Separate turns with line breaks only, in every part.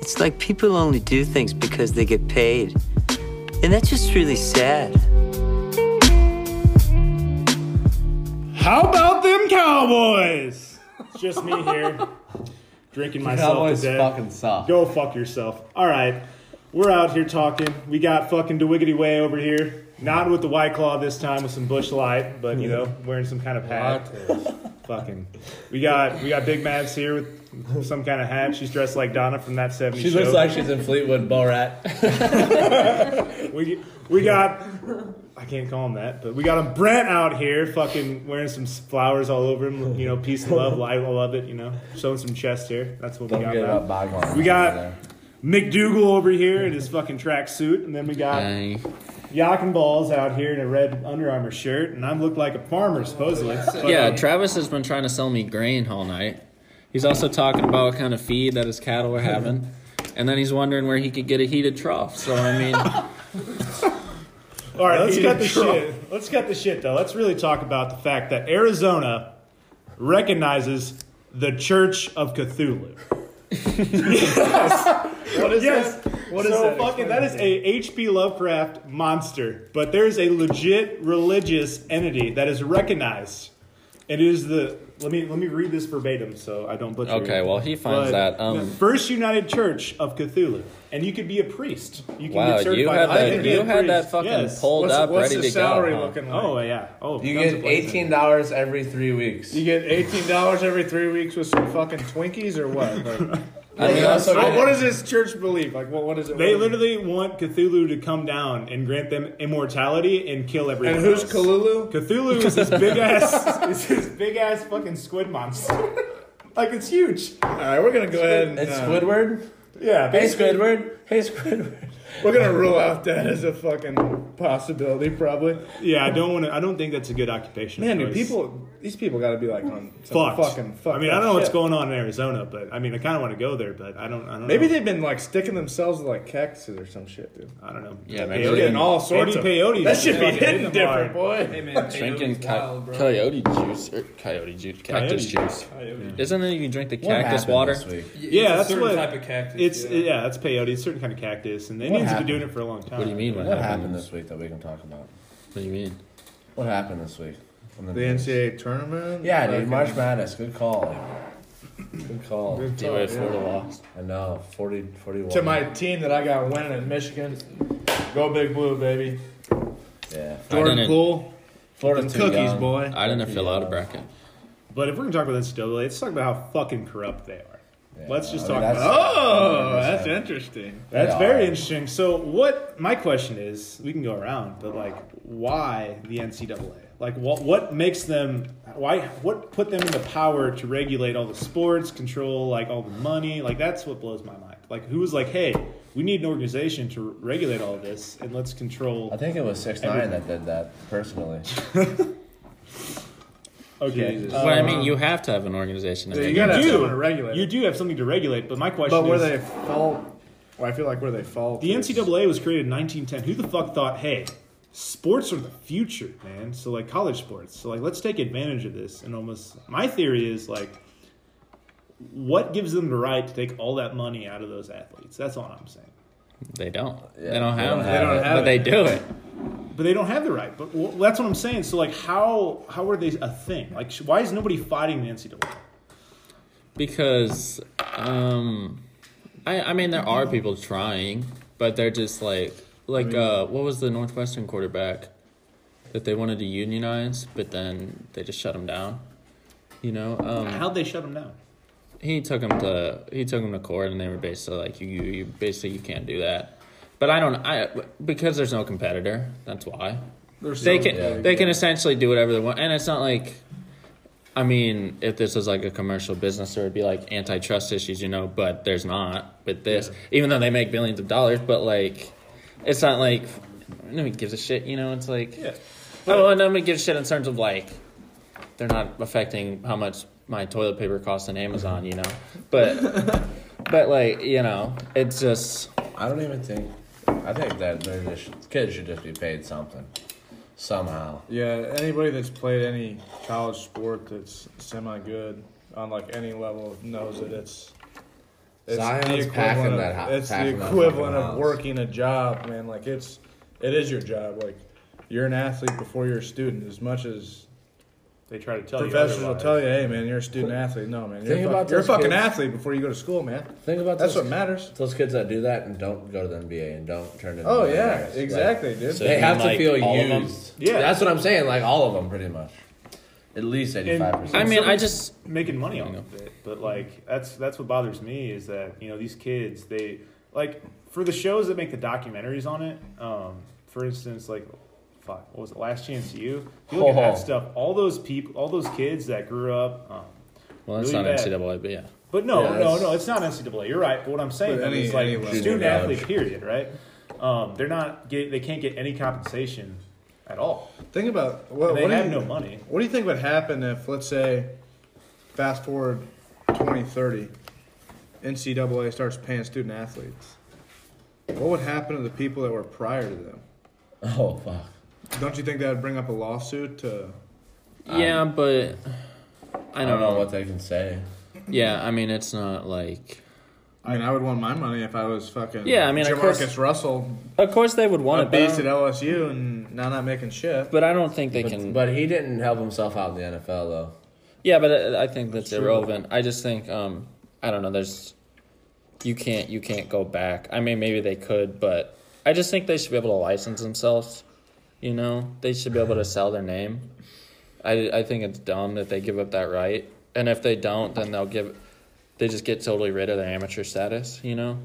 It's like people only do things because they get paid. And that's just really sad.
How about them Cowboys? It's just me here, drinking myself
Cowboys
to death.
fucking suck.
Go fuck yourself. All right, we're out here talking. We got fucking DeWiggity Way over here. Not with the White Claw this time, with some Bush Light, but you know, wearing some kind of hat. Fucking, we got we got Big Mavs here with some kind of hat. She's dressed like Donna from that '70s
She
show.
looks like she's in Fleetwood Borat.
We we got I can't call him that, but we got him Brent out here, fucking wearing some flowers all over him. You know, peace and love, I love it. You know, showing some chest here. That's what
Don't
we got.
forget
now.
about bygones.
We got McDougal over here in his fucking track suit, and then we got Yak and Balls out here in a red Under Armour shirt, and I am look like a farmer supposedly. But,
Yeah,
um,
Travis has been trying to sell me grain all night. He's also talking about what kind of feed that his cattle are having. And then he's wondering where he could get a heated trough. So, I mean,
All right, let's
He
cut the
drunk.
shit. Let's cut the shit though. Let's really talk about the fact that Arizona recognizes the Church of Cthulhu.
What is
Yes.
that? What is
so
that?
fucking
Explain
that is a H.P. Lovecraft monster, but there's a legit religious entity that is recognized. It is the let me let me read this verbatim so I don't butcher.
Okay,
it.
well, he finds that, um,
the First United Church of Cthulhu, and you could be a priest. You can
wow,
get certified.
you had
I
that,
could be
you
a
had that
priest.
fucking
Yes.
pulled
What's,
up,
what's
ready
the
to
salary
go. huh?
looking like?
Oh yeah. Oh,
You
guns
get
a-blazing.
eighteen dollars every three weeks.
You get eighteen dollars every three weeks with some fucking Twinkies or what? Like,
I mean, also
what,
get-
what is this church belief? Like, what, what is it?
They literally want Cthulhu to come down and grant them immortality and kill everyone.
and who's
else.
Kalulu?
Cthulhu is this big ass, is this big ass fucking squid monster. like it's huge.
All right, we're gonna go ahead and
It's
uh,
Squidward.
Yeah,
Hey
basically,
Squidward. Hey Squidward.
we're gonna rule out that as a fucking possibility, probably.
Yeah, I don't want to. I don't think that's a good occupation.
Man, dude,
choice.
people, these people gotta be like on
fucked.
some fucking fuck.
I mean, I don't know what's going on in Arizona, but I mean, I kind of want to go there, but I don't. I don't.
Maybe
know.
they've been like sticking themselves with like cactuses or some shit, dude.
I don't know.
Yeah, maybe
Peyote
they-
and
all sorts
maybe
of-
peyote.
That
is
should be
fucking
hidden
in the bar.
different, boy.
Hey man,
Drinking
peyote's
ca-
wild, bro.
coyote juice or coyote juice, cactus juice. Isn't it you can drink the
What
cactus
happened
water?
this week?
Yeah,
it's
that's
a certain
what-
type of cactus.
It's
yeah.
yeah. it's peyote. It's a certain kind of cactus, and they
What
need to be
happened?
doing it for a long time.
What do you mean? What,
What happened
happened?
this week that we can talk about?
What do you mean?
What happened this week? On
The NCAA tournament.
Yeah, dude.
Fucking-
March Madness. Good call. Good call.
Good
Do
talk,
it
yeah.
for the loss.
I know. 40, 41.
to my team that I got winning at Michigan. Go Big Blue, baby.
yeah.
Jordan
didn't-
Poole.
Florida's too
Cookies,
young.
boy.
I didn't fill out a bracket.
But if we're gonna talk about NCAA, let's talk about how fucking corrupt they are. Let's just
I mean,
talk
that's-
about.
Oh, that's interesting.
That's
Yeah.
very interesting. So, what my question is, we can go around, but like, why the NCAA? Like, what what makes them? Why what put them in the power to regulate all the sports, control like all the money? Like, that's what blows my mind. Like, who was like, hey, we need an organization to regulate all this, and let's
I
control.
think it was six nine that did that personally.
Okay,
Jesus.
uh,
Well, I mean, you have to have an organization.
Yeah,
I
you
think.
gotta have
do.
someone to regulate.
you
it.
do have something to regulate, but my question
But where
is,
they fall, well, I feel like where they fall.
The NCAA was created in 1910. Who the fuck thought, hey, sports are the future, man? So like college sports. So like let's take advantage of this. And almost my theory is like, what gives them the right to take all that money out of those athletes? That's all I'm saying.
They don't.
Yeah,
they don't
they
have.
don't
that,
have
it.
but they do it.
But they don't have the right. But well, that's what I'm saying. So like how how are they a thing? Like sh- why is nobody fighting the NCAA?
because um i i mean there are people trying but they're just like like uh what was the northwestern quarterback that they wanted to unionize but then they just shut him down you know um
How'd they shut them down?
he took him to he took him to court and they were basically like you you, you basically you can't do that but i don't i because there's no competitor that's why they can
Yeah.
they can essentially do whatever they want, and it's not like, I mean, if this was like a commercial business, there would be like antitrust issues, you know. But there's not. But this, even though they make billions of dollars, but like, it's not like nobody gives a shit, you know. It's like,
Yeah.
oh, and nobody gives a shit in terms of like, they're not affecting how much my toilet paper costs on Amazon, you know. But but like you know, it's just
I don't even think. I think that they're just, kids should just be paid something, somehow.
Yeah, anybody that's played any college sport that's semi good on like any level knows that it's It's the
Zion's
equivalent
packing
of-
that house.
It's the equivalent of working a job, man. Like it's, it is your job. Like you're an athlete before you're a student. As much as
They try to tell
professors
you.
will
otherwise.
tell you, hey, man, you're a student athlete. No, man, you're,
Think
a, fuck-
about
you're a
those
fucking
kids.
athlete before you go to school, man.
Think about
That's
those-
what matters.
Those kids that do that and don't go to the NBA and don't turn into
Oh yeah,
millionaires, like,
exactly, dude.
So-
they
you
have
mean, like,
to feel
all of them?
used.
Yeah.
that's what I'm saying. Like all of them, pretty much. At least eighty-five percent.
I mean, I just
making money off of it. But like that's that's what bothers me is that you know these kids they like for the shows that make the documentaries on it. Um, for instance, like fuck, what was it? Last Chance You. If you look at
Oh.
that stuff. All those people, all those kids that grew up. Um,
well, that's
Really
not
bad.
NCAA, but yeah.
but no,
Yeah,
no,
that's-
no, it's not NCAA. You're right. But what I'm saying
But
though,
any-
is like
any level.
student
Junior
athlete,
college.
period, right? Um, they're not get, they can't get any compensation at all.
Think about what,
they
what do
have
you-
no money.
What do you think would happen if, let's say, fast forward 2030, NCAA starts paying student athletes? What would happen to the people that were prior to them?
oh fuck.
Don't you think that would bring up a lawsuit to?
Yeah, but I
I
don't,
don't know what they can say.
Yeah, I mean, it's not like.
I mean, I would want my money if I was fucking
Yeah, I mean, of course-
Jamarcus Russell,
Of course, they would
a
want it,
beast
but
at
I don't-
LSU, and now not making shit.
but I don't think they can.
But, but he didn't help himself out in the NFL though.
Yeah, but uh, I I think that's,
That's true.
irrelevant. I just think um, I don't know. There's you can't you can't go back. I mean, maybe they could, but I just think they should be able to license themselves. You know, they should be able to sell their name. I I think it's dumb that they give up that right, and if they don't, then they'll give. They just get totally rid of their amateur status. You know.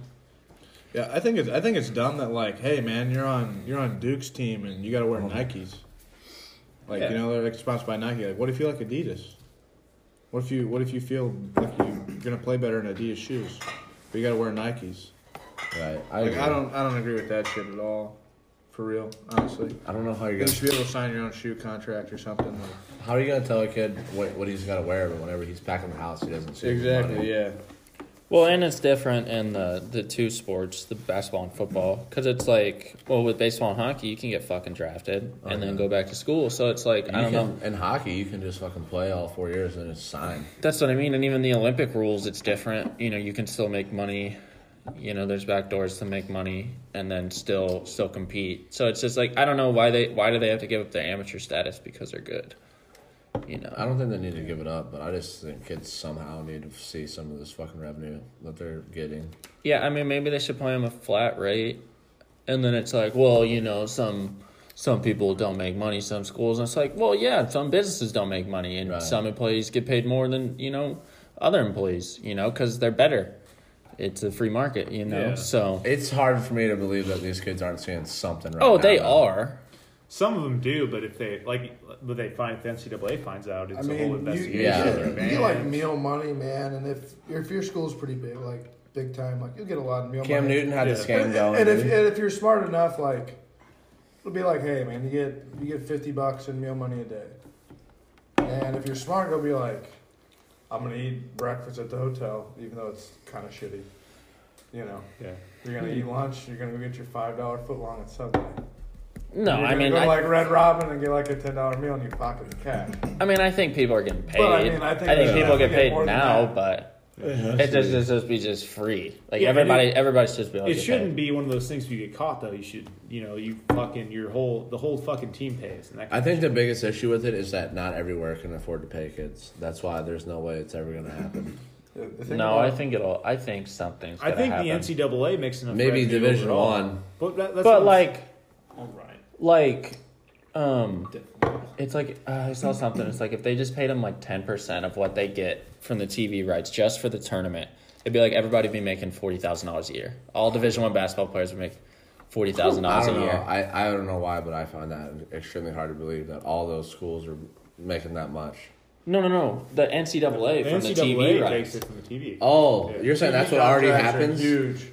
Yeah, I think it's I think it's dumb that like, hey man, you're on you're on Duke's team and you got to wear
Uh-huh.
Nikes. Like
Yeah.
you know they're like sponsored by Nike. Like, what if you like Adidas? What if you what if you feel like you're gonna play better in Adidas shoes, but you got to wear Nikes?
Right. I,
Like
agree.
I don't I don't agree with that shit at all, for real, honestly.
I don't know how you're
You
gonna.
should be able to sign your own shoe contract or something. Like,
How are you gonna tell a kid what, what he's gonna wear but whenever he's packing the house he doesn't see
exactly, yeah.
Well, and it's different in the, the two sports, the basketball and football, because it's like, well, with baseball and hockey, you can get fucking drafted and then go back to school. So it's like, I don't
You
know.
can, in hockey, you can just fucking play all four years and it's signed.
That's what I mean. And even the Olympic rules, it's different. You know, you can still make money. You know, there's back doors to make money and then still still compete. So it's just like I don't know why they why do they have to give up their amateur status because they're good. You know,
I don't think they need to give it up, but I just think kids somehow need to see some of this fucking revenue that they're getting.
Yeah, I mean, maybe they should play him a flat rate, and then it's like, well, you know, some some people don't make money, some schools, and it's like, well, yeah, some businesses don't make money, and
Right.
some employees get paid more than you know other employees, you know, because they're better. It's a free market, you know.
Yeah.
So,
It's hard for me to believe that these kids aren't seeing something right
oh,
now,
they
though.
are.
Some of them do, but if they like, but they find if the NCAA finds out, it's
I
a whole
mean, you,
investigation.
you
Yeah.
get-
They're
you get like
banned.
meal money, man, and if if your school's pretty big, like big time, like you'll get a lot of meal
Cam
money.
Newton had this
Yeah.
game going.
and if
dude.
and if you're smart enough, like it'll be like, hey man, you get you get fifty bucks in meal money a day. And if you're smart, it'll be like, I'm gonna eat breakfast at the hotel, even though it's kind of shitty. You know,
Yeah.
you're gonna eat lunch. You're gonna go get your five dollar foot long at Subway.
No,
you're
I
gonna
mean,
go
I,
like Red Robin and get like a ten dollar meal in your pocket in cash.
I mean, I think people are getting paid.
But, I
I
mean, I think
think,
they're
people
gonna
get
get
paid
more than
now,
that.
but it just it's just be just free. Like
Yeah, and
everybody,
it-
everybody's just be able to
It
get
shouldn't
paid.
be one of those things where you get caught though. You should, you know, you fucking your whole the whole fucking team pays. And that
I think the biggest issue with it is that not everywhere can afford to pay kids. That's why there's no way it's ever going to happen.
The- the thing
No,
about-
I think it'll. I think something's.
I
Gonna
think
happen.
the NCAA makes enough.
Maybe
revenue
Division
overall.
One.
but that, that's
but
what-
like,
all right.
like, um, it's like uh, I saw something. It's like if they just paid them like ten percent of what they get from the TV rights just for the tournament, it'd be like everybody would be making forty thousand dollars a year. All Division One basketball players would make forty thousand
I
dollars a
don't know.
year.
I, I don't know why, but I find that extremely hard to believe that all those schools are making that much.
No, no, no. The NCAA
The
from the
NCAA
TV
takes
rights.
it from the TV.
Oh,
Yeah.
you're saying that's what
Contracts
already
are
happens?
Huge,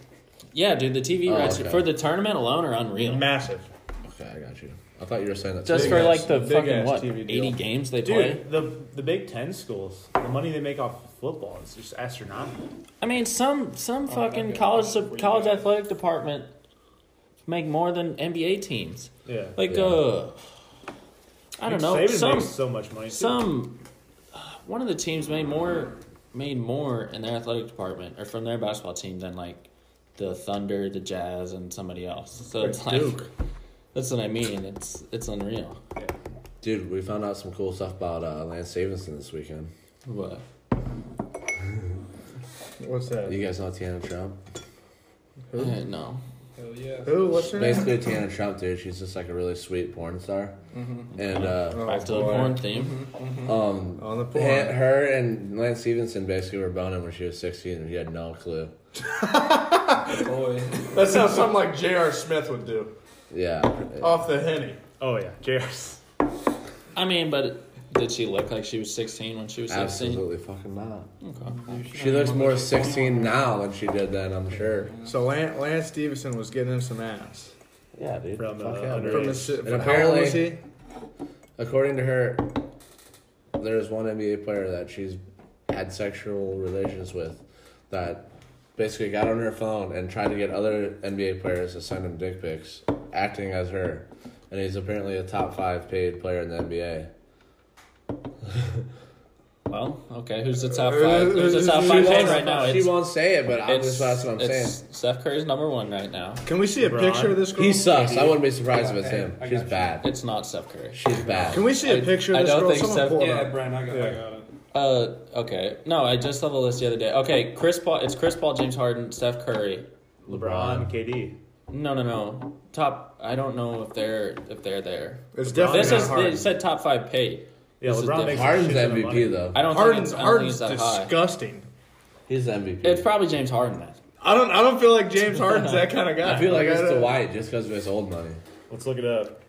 Yeah, dude. The TV
Oh,
rights
okay.
for the tournament alone are unreal.
massive.
Okay, I got you. I thought you were saying that.
just
Big
for
ass-
like the
big
fucking
ass
what
TV deal.
eighty games they play.
Dude, the the Big Ten schools, the money they make off football is just astronomical.
I mean, some some fucking college sub, college athletic department make more than NBA teams.
Yeah,
Like,
Yeah.
uh, I don't know.
Saban
Some uh,
makes so much money. too.
some one of the teams made more made more in their athletic department or from their basketball team than like the Thunder, the Jazz, and somebody else. So it's like that's what I mean. It's it's unreal.
Dude, we found out some cool stuff about uh, Lance Stevenson this weekend.
What?
What's that?
You guys know Tiana Trump?
I didn't know.
Hell yeah.
Who? What's her name?
Basically, Tiana Trump, dude. She's just like a really sweet porn star. And uh,
Back to the
boy.
porn theme.
um,
On the
he-
porn.
her and Lance Stevenson basically were boning when she was 16 and he had no clue.
Boy.
That sounds something like J.R. Smith would do.
Yeah.
Off the henny.
Oh yeah, JR's.
I mean, but did she look like she was sixteen when she was sixteen?
Absolutely fucking not.
Okay.
She looks more 16 now than she did then, I'm sure.
So Lance, Lance Stevenson was getting him some ass.
Yeah, dude.
From, uh,
Fuck yeah,
under-
bro.
From his,
And
from how old
apparently-
was he?
According to her, there's one NBA player that she's had sexual relations with that basically got on her phone and tried to get other NBA players to send him dick pics, acting as her. And he's apparently a top five paid player in the NBA.
Well, okay. Who's the top five? Who's the top five fan right now?
She
It's,
won't say it, but I'm
it's,
just, that's what I'm
it's
saying.
Steph Curry's number one right now.
Can we see a
LeBron?
picture of this girl?
He sucks. I wouldn't be surprised if it's him. She's bad.
It's not Steph Curry.
She's bad.
Can we see a
I-
picture
I
of this
don't
girl?
think
Someone
so.
pull it
Yeah,
up.
Brian, I got, I got it.
Uh, okay. No, I just saw the list the other day. Okay, Chris Paul. It's Chris Paul, James Harden, Steph Curry.
LeBron, KD.
No, no, no. Top. I I don't know if they're if they're there.
It's definitely
this
not
is
Harden.
they said top five paid.
Yeah,
This is
LeBron
different.
makes
Harden's
a shit ton of money.
MVP though.
I don't think
Harden's
it's, I don't
Harden's
think it's that high.
disgusting.
He's the MVP.
It's probably James Harden then.
I don't. I don't feel like James Harden's that kind of guy.
I feel like it's
I don't-
Dwight just because of his old money.
Let's look it up.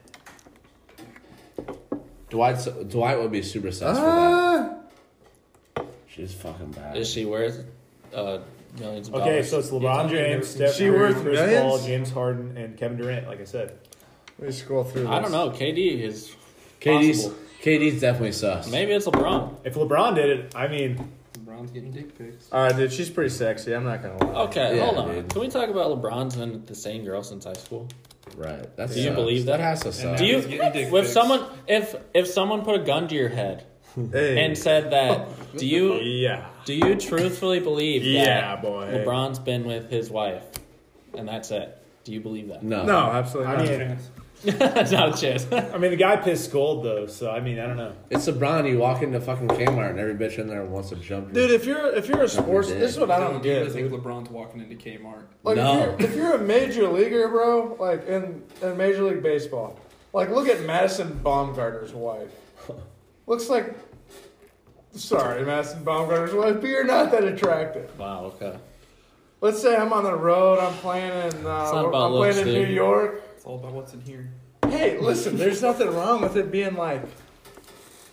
Dwight's, Dwight would be super sus for that.
Ah,
Uh,
She's fucking bad.
Is she worth uh, millions of
Okay,
dollars?
so it's LeBron
talking
James,
about-
Steph
She
Curry,
worth
Chris
millions?
Paul, James Harden, and Kevin Durant. Like I said,
let me scroll through. This.
I don't know. KD is
KD's
possible.
KD's definitely sus.
Maybe it's LeBron.
if LeBron did it, I mean,
LeBron's getting dick pics.
All right, dude, she's pretty sexy. I'm not gonna lie.
Okay,
Yeah,
hold on.
dude.
Can we talk about LeBron's been the same girl since high school?
Right. That's
Do you believe that?
That has to suck.
Do you?
He's getting dick
If
pics.
someone, if if someone put a gun to your head
Hey.
and said that, do you
yeah,
do you truthfully believe?
yeah,
that
boy.
LeBron's been with his wife, and that's it. Do you believe that?
No.
No, absolutely
I
not.
mean,
Not a chance.
I mean, the guy pissed gold though. So I mean, I don't know.
It's LeBron. You walk into fucking Kmart and every bitch in there wants to jump. your-
Dude, if you're if you're a sports,
dick.
this is what I don't
Dude, you
get.
guys think
Dude.
LeBron's walking into Kmart.
Like
No.
if, you're, if you're a major leaguer, bro, like in, in Major League Baseball, like look at Madison Baumgartner's wife. Looks like, sorry, Madison Baumgartner's wife, but you're not that attractive.
wow. Okay.
Let's say I'm on the road, I'm playing in, uh,
It's not
I'm
about
playing
looks,
in
dude.
New York.
It's all about what's in here.
Hey, listen, there's nothing wrong with it being like,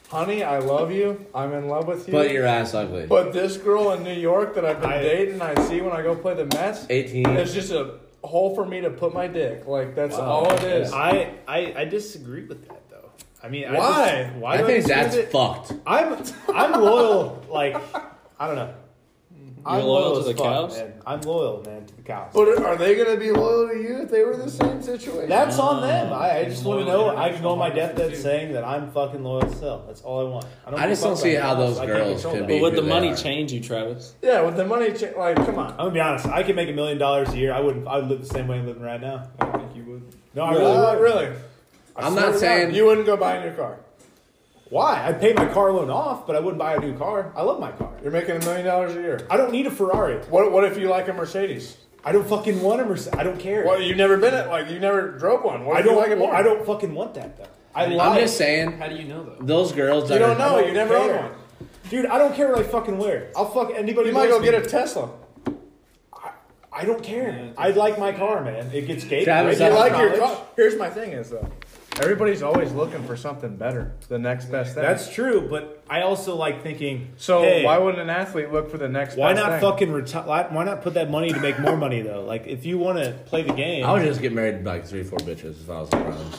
honey, I love you, I'm in love with you.
But your ass ugly.
But this girl in New York that I've been
I-
dating, I see when I go play the Mets,
Eighteen.
it's just a hole for me to put my dick. Like that's all it is.
I, I I disagree with that though. I mean, I
Why?
just, why?
I
do
think
disagree
that's
with it?
fucked.
I'm I'm loyal. Like I don't know.
I'm
loyal to
as
the
fuck,
cows?
man.
Man, I'm loyal, man, to the cows.
But are they gonna be loyal to you if they were in the same situation?
that's on them. I, I just want to
Loyal
know. I can go on my
international
deathbed
too.
saying that I'm fucking loyal to Sel. That's all I want. don't
I
give a
just
fuck
don't see
about
how
anything
those
else. I can't
girls
control
can
that.
be-
But would the
who they
money
are.
change you, Travis?
yeah, with the money, cha- like, come on.
I'm gonna be honest. I could make a million dollars a year. I wouldn't. I would live the same way I'm living right now.
I don't think you would.
No, I
Uh,
really.
really?
wouldn't.
I
I'm
swear
not
to God,
saying-
you wouldn't go buying your car.
Why? I'd pay my car loan off, but I wouldn't buy a new car. I love my car.
You're making a million dollars a year.
I don't need a Ferrari.
What? What if you like a Mercedes?
I don't fucking want a Mercedes. I don't care.
Well, you've never been at like you never drove one. What
I
if you
don't
like it more?
I don't fucking want that though. I
I'm
lied.
just saying,
How do you know though?
those girls. That
You don't
are-
know.
I don't
You never own
care.
one.
Dude, I don't care what I fucking wear. I'll fuck anybody.
You might
who
go
wants
get a
me.
Tesla.
I don't care. I like my car, man. It gets gay.
Travis,
If you
I-
like
Like your
your
car.
car.
Here's my thing is though, everybody's always looking for something better, the next best thing.
That's true, but I also like thinking.
so.
hey,
why wouldn't an athlete look for the next?
why
best
not
thing?
fucking retire? Why not put that money to make more money though? Like if you want to play the game,
I would just get married to like three, four bitches if I was LeBron.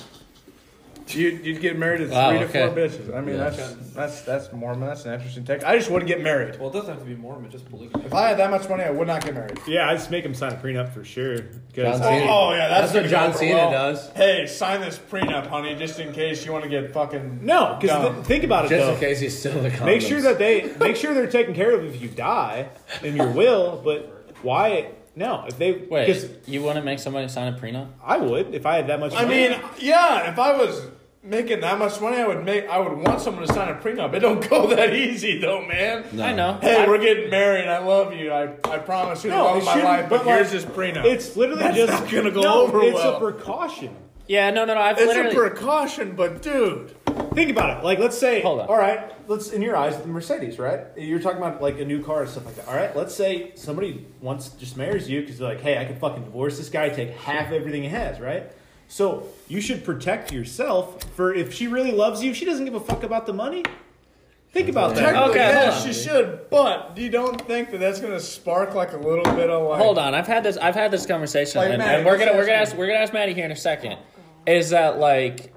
You'd, you'd get married to three
Wow,
to four
okay.
bitches. I mean,
Yeah.
that's that's that's Mormon. That's an interesting take. I just wouldn't get married.
Well, it doesn't have to be Mormon, just polygamy.
If I had that much money, I would not get married.
Yeah, I just make him sign a prenup for sure. 'Cause-
John Cena.
oh, yeah, that's
what
gonna
John
go over
Cena
well.
does.
Hey, sign this prenup, honey, just in case you want to get fucking.
no, because
Dumb.
think about it
Just
though.
in case he's still the condoms.
Make sure that they make sure they're taken care of if you die in your will. But why? No, if they because
Wait, you wouldn't make somebody sign a prenup?
I would if I had that much.
I
money.
mean, yeah, if I was making that much money, I would make. I would want someone to sign a prenup. It don't go that easy though, man.
I know.
Hey, we're getting married. I love you. I, I promise you the
No,
love
it
of my
shouldn't,
life, but,
but,
here's
like,
this prenup.
it's literally
That's
just
not gonna go
no,
over
It's
well.
a precaution.
Yeah, no, no, no. I've
it's
literally.
a precaution, but dude,
Think about it. Like, let's say,
Hold on.
all right, let's in your eyes, the Mercedes, right? You're talking about like a new car and stuff like that. All right, let's say somebody once just marries you because they're like, hey, I could fucking divorce this guy, take half everything he has, right? So you should protect yourself for if she really loves you, she doesn't give a fuck about the money. Think about that.
technically,
Okay,
yes,
hold
you
on.
should, but you don't think that that's gonna spark like a little bit of like.
Hold on, I've had this. I've had this conversation,
Like,
and,
Maddie,
and we're gonna
let's
we're gonna
ask
ask we're gonna ask Maddie here in a second. Is that like,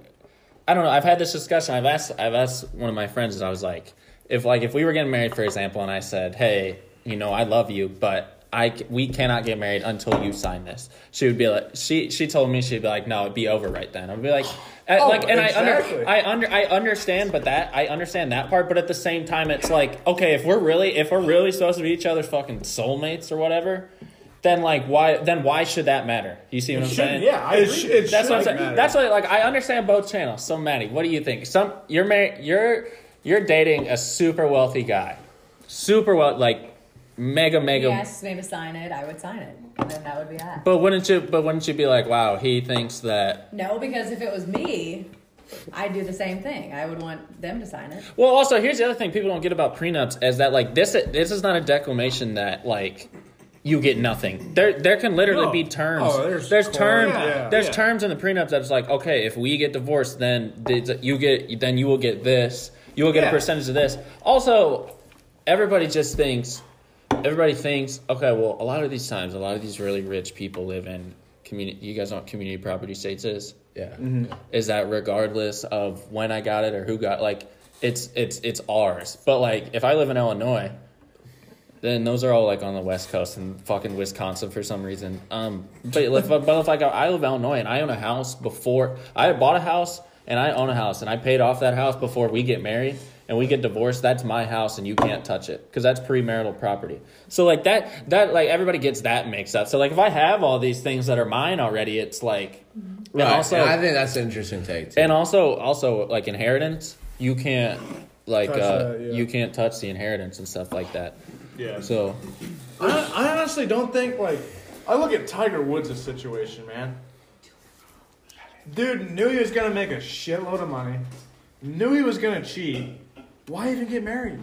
I don't know. I've had this discussion. I've asked I've asked one of my friends. Is I was like, if like if we were getting married, for example, and I said, hey, you know, I love you, but I c- we cannot get married until you sign this. She would be like, she she told me she'd be like, no, it'd be over right then. I'd be like. I-
Oh,
like and
exactly.
I under I under I understand, but that I understand that part. But at the same time, it's like okay, if we're really if we're really supposed to be each other's fucking soulmates or whatever, then like why then why should that matter? You see what I'm saying?
Yeah, I
It
agree.
sh- it
that's what I'm
shouldn't
saying.
matter.
That's what like I understand both channels. So Maddie, what do you think? Some you're mar- you're you're dating a super wealthy guy, super well like mega mega.
Yes, made to sign it. I would sign it, and then that would be that.
But wouldn't you? But wouldn't you be like, wow, he thinks that
No, because if it was me, I'd do the same thing. I would want them to sign it.
Well, also here's the other thing people don't get about prenups is that like this this is not a declamation that like you get nothing. There there can literally
No.
be terms.
Oh,
there's
there's
terms.
clause. Yeah,
there's
yeah.
terms in the prenups that's like okay, if we get divorced, then th- you get then you will get this. You will get
Yeah.
a percentage of this. Also, everybody just thinks everybody thinks okay. Well, a lot of these times, a lot of these really rich people live in community. You guys know what community property states is
Yeah.
is that regardless of when I got it or who got like it's it's it's ours. But like if I live in Illinois, then those are all like on the West Coast and fucking Wisconsin for some reason. Um, but if, but if I go, I live in Illinois and I own a house before I bought a house and I own a house and I paid off that house before we get married and we get divorced. That's my house and you can't touch it because that's premarital property. So like that that like everybody gets that mixed up. So like if I have all these things that are mine already, it's like.
Right.
And also,
and I think that's an interesting take. Too.
and also, also like inheritance, you can't like
Touch
uh,
that, yeah.
you can't touch the inheritance and stuff like that.
Yeah.
So
I, I honestly don't think like I look at Tiger Woods' situation, man. Dude knew he was gonna make a shitload of money, knew he was gonna cheat. Why even get married?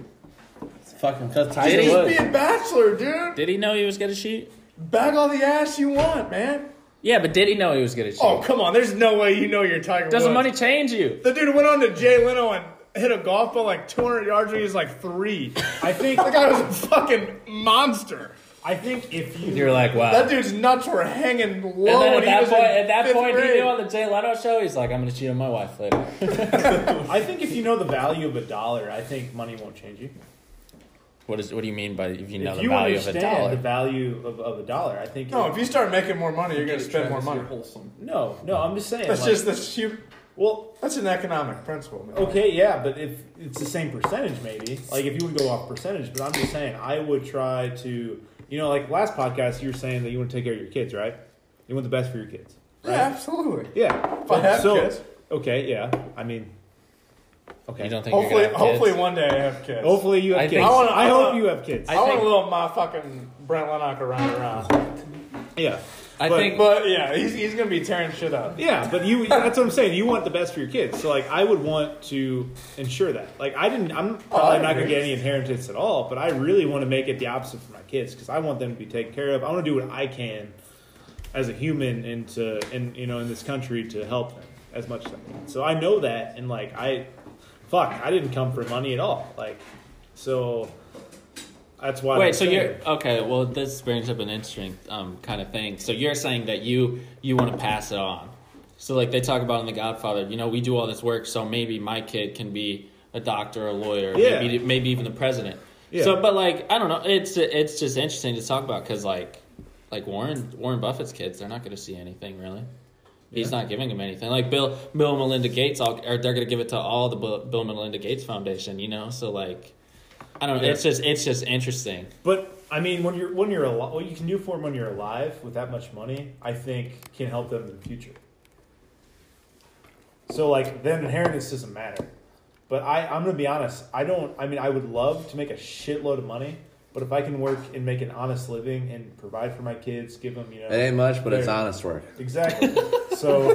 fucking because
Did
Just
he-
Tiger Woods.
be a bachelor, dude.
did he know he was gonna cheat?
Bag all the ass you want, man.
Yeah, but did he know he was gonna cheat?
Oh come on, there's no way you know you're Tiger
Doesn't
Woods.
money change you?
The dude went on to Jay Leno and hit a golf ball like 200 yards when he was like three.
I think
That guy was a fucking monster.
I think if you
You're like wow.
That dude's nuts were hanging low
and then at
when he
that
was
point,
in
at that
fifth
point,
grade.
he knew on the Jay Leno show, he's like, I'm gonna cheat on my wife later.
I think if you know the value of a dollar, I think money won't change you.
What is? What do you mean by if you know
if
the
you
value of a
understand
dollar?
the value of, of a dollar, I think
No, if you start making more money, you're gonna
Get it,
spend more
Travis,
money.
you're wholesome.
No, no, I'm just saying.
That's
like-
just that's you.
well,
That's an economic principle. Man.
okay, yeah, but if it's the same percentage, maybe like if you would go off percentage, but I'm just saying I would try to, you know, like last podcast, you were saying that you want to take care of your kids, right? You want the best for your kids,
Yeah, absolutely.
yeah.
If I have
so,
kids.
okay, yeah. I mean, okay.
You don't think
Hopefully,
you're gonna have kids?
hopefully one day I have kids.
Hopefully you have
I
kids.
think-
I,
I wanna- I
hope
wanna-
you have kids.
I,
I
want
think-
a little my fucking Brent Lennock around around.
yeah.
I
but-
think
But yeah, he's, he's gonna be tearing shit up.
Yeah, but you that's what I'm saying. You want the best for your kids. So like I would want to ensure that. Like I didn't I'm probably not going to
agree.
get any inheritance at all, but I really want to make it the opposite for my kids cuz I want them to be taken care of. I want to do what I can as a human and to and you know in this country to help them as much as I can. So I know that and like I fuck, I didn't come for money at all. Like so that's why I'm
Wait, so
saying-
you're okay. Well, this brings up an interesting um, kind of thing. So you're saying that you you want to pass it on, So like they talk about in The Godfather, you know, we do all this work, so maybe my kid can be a doctor, a lawyer,
Yeah.
maybe maybe even the president.
Yeah.
So, but like I don't know, it's it's just interesting to talk about because like like Warren Warren Buffett's kids, they're not going to see anything really. He's not giving them anything. Like Bill Bill and Melinda Gates, all, or they're going to give it to all the Bill, Bill and Melinda Gates Foundation, you know. So like, I don't know. It's just it's just interesting.
But I mean, when you're when you're alive, what you can do for them when you're alive with that much money, I think can help them in the future. So like, then inheritance doesn't matter. But I, I'm gonna be honest. I don't. I mean, I would love to make a shitload of money, but if I can work and make an honest living and provide for my kids, give them, you know,
It ain't much, but it's
There.
honest work.
Exactly. So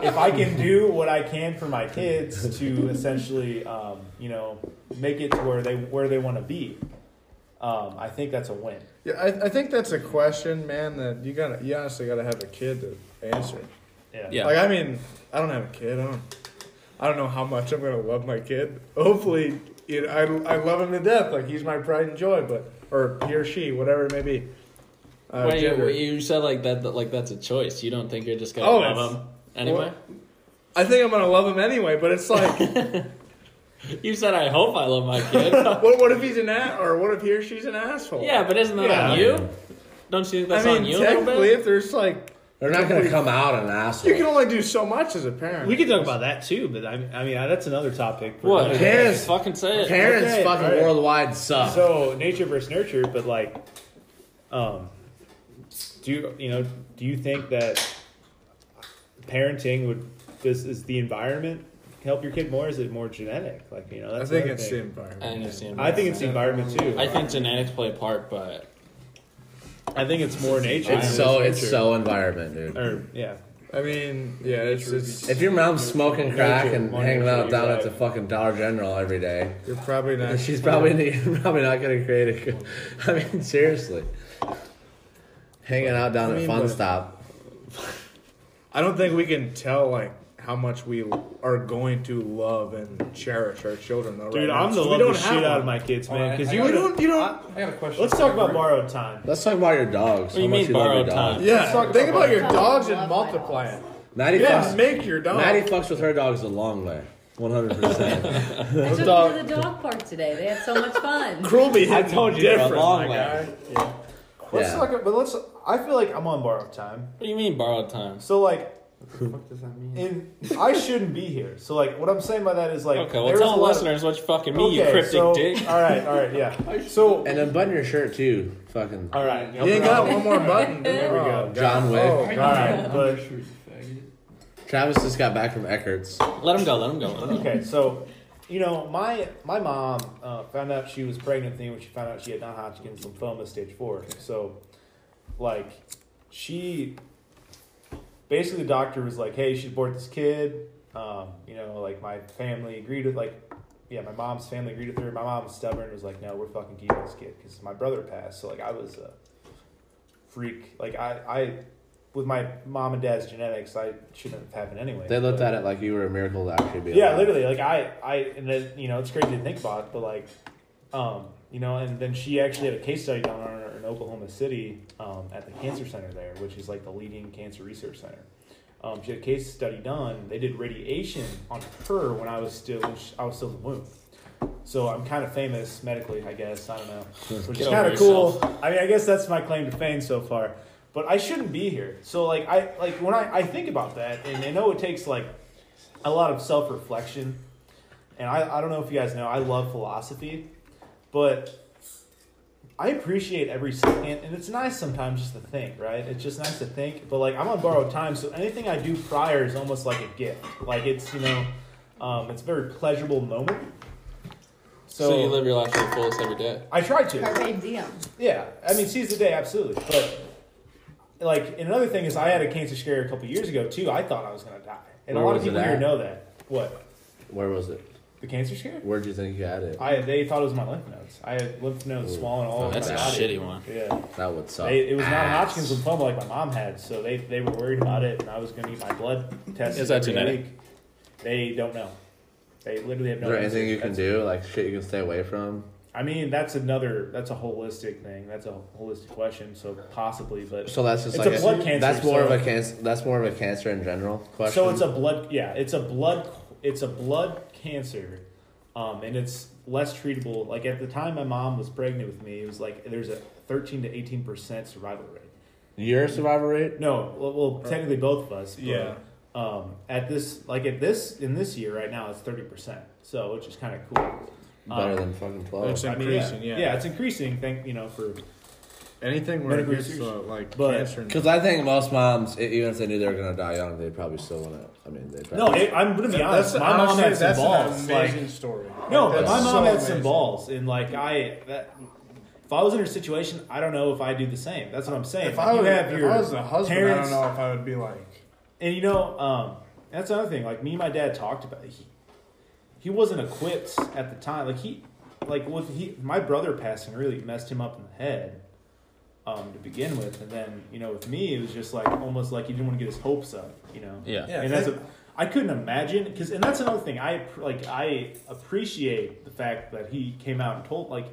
if I can do what I can for my kids to essentially, um, you know, make it to where they where they want to be, um, I think that's a win.
Yeah, I, I think that's a question, man. That you gotta, you honestly gotta have a kid to answer.
Yeah.
Yeah.
Like, I mean, I don't have a kid. I don't. I don't know how much I'm gonna love my kid. Hopefully, you know, I, I love him to death. Like he's my pride and joy, but or he or she, whatever it may be. Uh,
Wait,
gender.
you, you said like that, that like that's a choice. You don't think you're just gonna
Oh,
love
it's-
him anyway?
I think I'm gonna love him anyway, but it's like,
You said I hope I love my kid.
what, what if he's an ass, or what if he or she's an asshole?
yeah, but isn't that
Yeah.
on you? Don't you think
I
that's on
mean,
you a little
technically,
bit?
if there's like,
They're not gonna come out an asshole.
you can only do so much as a parent.
We could talk about that too, but I, I mean that's another topic. for
What?
another
Okay.
day.
Parents-
fucking say it.
Parents
Okay,
fucking
alright.
worldwide suck.
So nature versus nurture, but like, um, do you you know do you think that parenting would this is the environment help your kid more? Is it more genetic? Like you know,
I
that's
think
another
it's the
thing.
environment.
I understand.
I think it's the environment too.
I think genetics play a part, but
I think it's more nature.
it's so it's so environment, dude.
Or yeah,
I mean, yeah, it's it's.
If your mom's smoking crack
Nature,
and
one
hanging out
nature,
down
you're
at the
right.
fucking Dollar General every day,
You're probably not.
she's probably you're probably not gonna create a. good- I mean, seriously. Hanging out down
I mean,
at Fun
but-
Stop.
I don't think we can tell like how much we are going to love and cherish our children. Though,
dude,
right now,
I'm the
so
love
we don't
the
have
shit out of
one.
my kids, man.
Alright,
Because
I
you
got
We
would.
don't. You don't.
I got a question.
Let's talk
for
about
Rick.
borrowed time.
Let's talk about your dogs.
do you
How much
mean
love your
borrowed
dogs.
time?
yeah, think about your
dogs.
dogs and
Love my
multiply it.
Natty
Yeah,
fucks.
make your dog.
Natty fucks with her dogs a long way. One hundred percent.
I took them to the dog park today. They had so much fun.
Cruel behavior.
told you they're a
different,
long
my
way.
guy.
Let's
Yeah.
talk. But let's. I feel like I'm on borrowed time.
what do you mean borrowed time?
So like,
What the fuck does that mean?
in I shouldn't be here. So like, what I'm saying by that is like,
Okay, well
there's
tell
a
the
lot of-
listeners what you fucking mean, you
Okay,
cryptic
so,
dick.
All right, all right, yeah. So
And unbutton your shirt too. Fucking
all right,
You ain't got one more button. There we
go.
John Wick.
All right, but
Sure, you faggot.
Travis just got back from Eckert's.
Let him go. Let him go. Let him go.
okay, so you know, my my mom uh, found out she was pregnant then when she found out she had non-Hodgkin's lymphoma stage four. So, like, she basically the doctor was like, "Hey, she aborted this kid." Um, you know, like my family agreed with like. Yeah, my mom's family agreed with her. My mom was stubborn. and Was like, no, we're fucking keeping this kid because my brother passed. So like, I was a freak. Like I, I, with my mom and dad's genetics, I shouldn't have happened anyway.
They looked
But-
at it like you were a miracle to actually be.
yeah,
alive.
literally. Like I, I, and then you know, it's crazy to think about, but like, um, you know, and then she actually had a case study down on her in Oklahoma City, um, at the cancer center there, which is like the leading cancer research center. Um, she had a case study done. They did radiation on her when I was still, when she- I was still in the womb. So I'm kind of famous medically, I guess. I don't know, which is
Get
kind
over
of cool. I mean, I guess that's my claim to fame so far. But I shouldn't be here. So like, I like when I, I think about that, and I know it takes like a lot of self reflection. And I, I don't know if you guys know, I love philosophy, but I appreciate every second. And it's nice sometimes just to think, right? It's just nice to think. But like, I'm on borrowed time, so anything I do prior is almost like a gift. Like, it's, you know, um, it's a very pleasurable moment.
So,
So,
you live your life to the fullest every day.
I try to.
Carpe diem.
Yeah, I mean, seize the day, absolutely. But like, and another thing is, I had a cancer scare a couple years ago too. I thought I was going to die, and
Where
a lot of
was it
people here
at?
know that. What
Where was it?
the cancer scare?
Where do you think you had it?
I they thought it was my lymph nodes. I had lymph nodes
Ooh.
swollen all
Oh,
over
that's
my
a
body.
shitty one.
Yeah,
That would suck.
they, it was not Hodgkin's lymphoma like my mom had, so they they were worried about it, and I was going to get my blood tested.
Is that
every
genetic?
week. They don't know. They literally have
Is
no.
there
answer.
anything you can
That's-
do? Like shit you can stay away from?
I mean, that's another. That's a holistic thing. That's a holistic question. So possibly, but
So that's just
It's
like
a blood cancer,
That's more
so-
of a cancer. That's more of a cancer in general question.
So it's a blood, yeah, it's a blood, it's a blood cancer, um, and it's less treatable. Like at the time my mom was pregnant with me, it was like there's a 13 to 18 percent survival rate.
your survival rate.
No, well, well technically both of us. But,
Yeah.
Um, at this, like at this in this year right now, it's 30 percent. So which is kind of cool. Um,
Better than fucking twelve.
It's
I mean,
increasing,
yeah,
yeah.
it's increasing. Thank you know for
Anything where
Medical
it gets
research.
uh, like
But-
cancer. and-
Because I think most moms, e- even if they knew they were gonna die young, they probably still wanna. I mean, they probably
no. It, I'm gonna be honest.
That's-
Oh, my mom
honestly,
had some
that's an
balls. Like,
amazing story.
No,
Like,
but
that's
my
so
mom had
amazing.
some balls, and like I, that, if I was in her situation, I don't know if I do the same. That's what I'm saying.
If I,
you
would,
have
if
your
I was a husband,
parents,
I don't know if I would be like.
and you know, um, that's another thing. Like me and my dad talked about. He, he wasn't equipped at the time. Like he, like with he, my brother passing really messed him up in the head, um, to begin with, and then you know with me it was just like almost like he didn't want to get his hopes up. You know.
Yeah.
and that's a, I couldn't imagine because, and that's another thing. I app- like I appreciate the fact that he came out and told like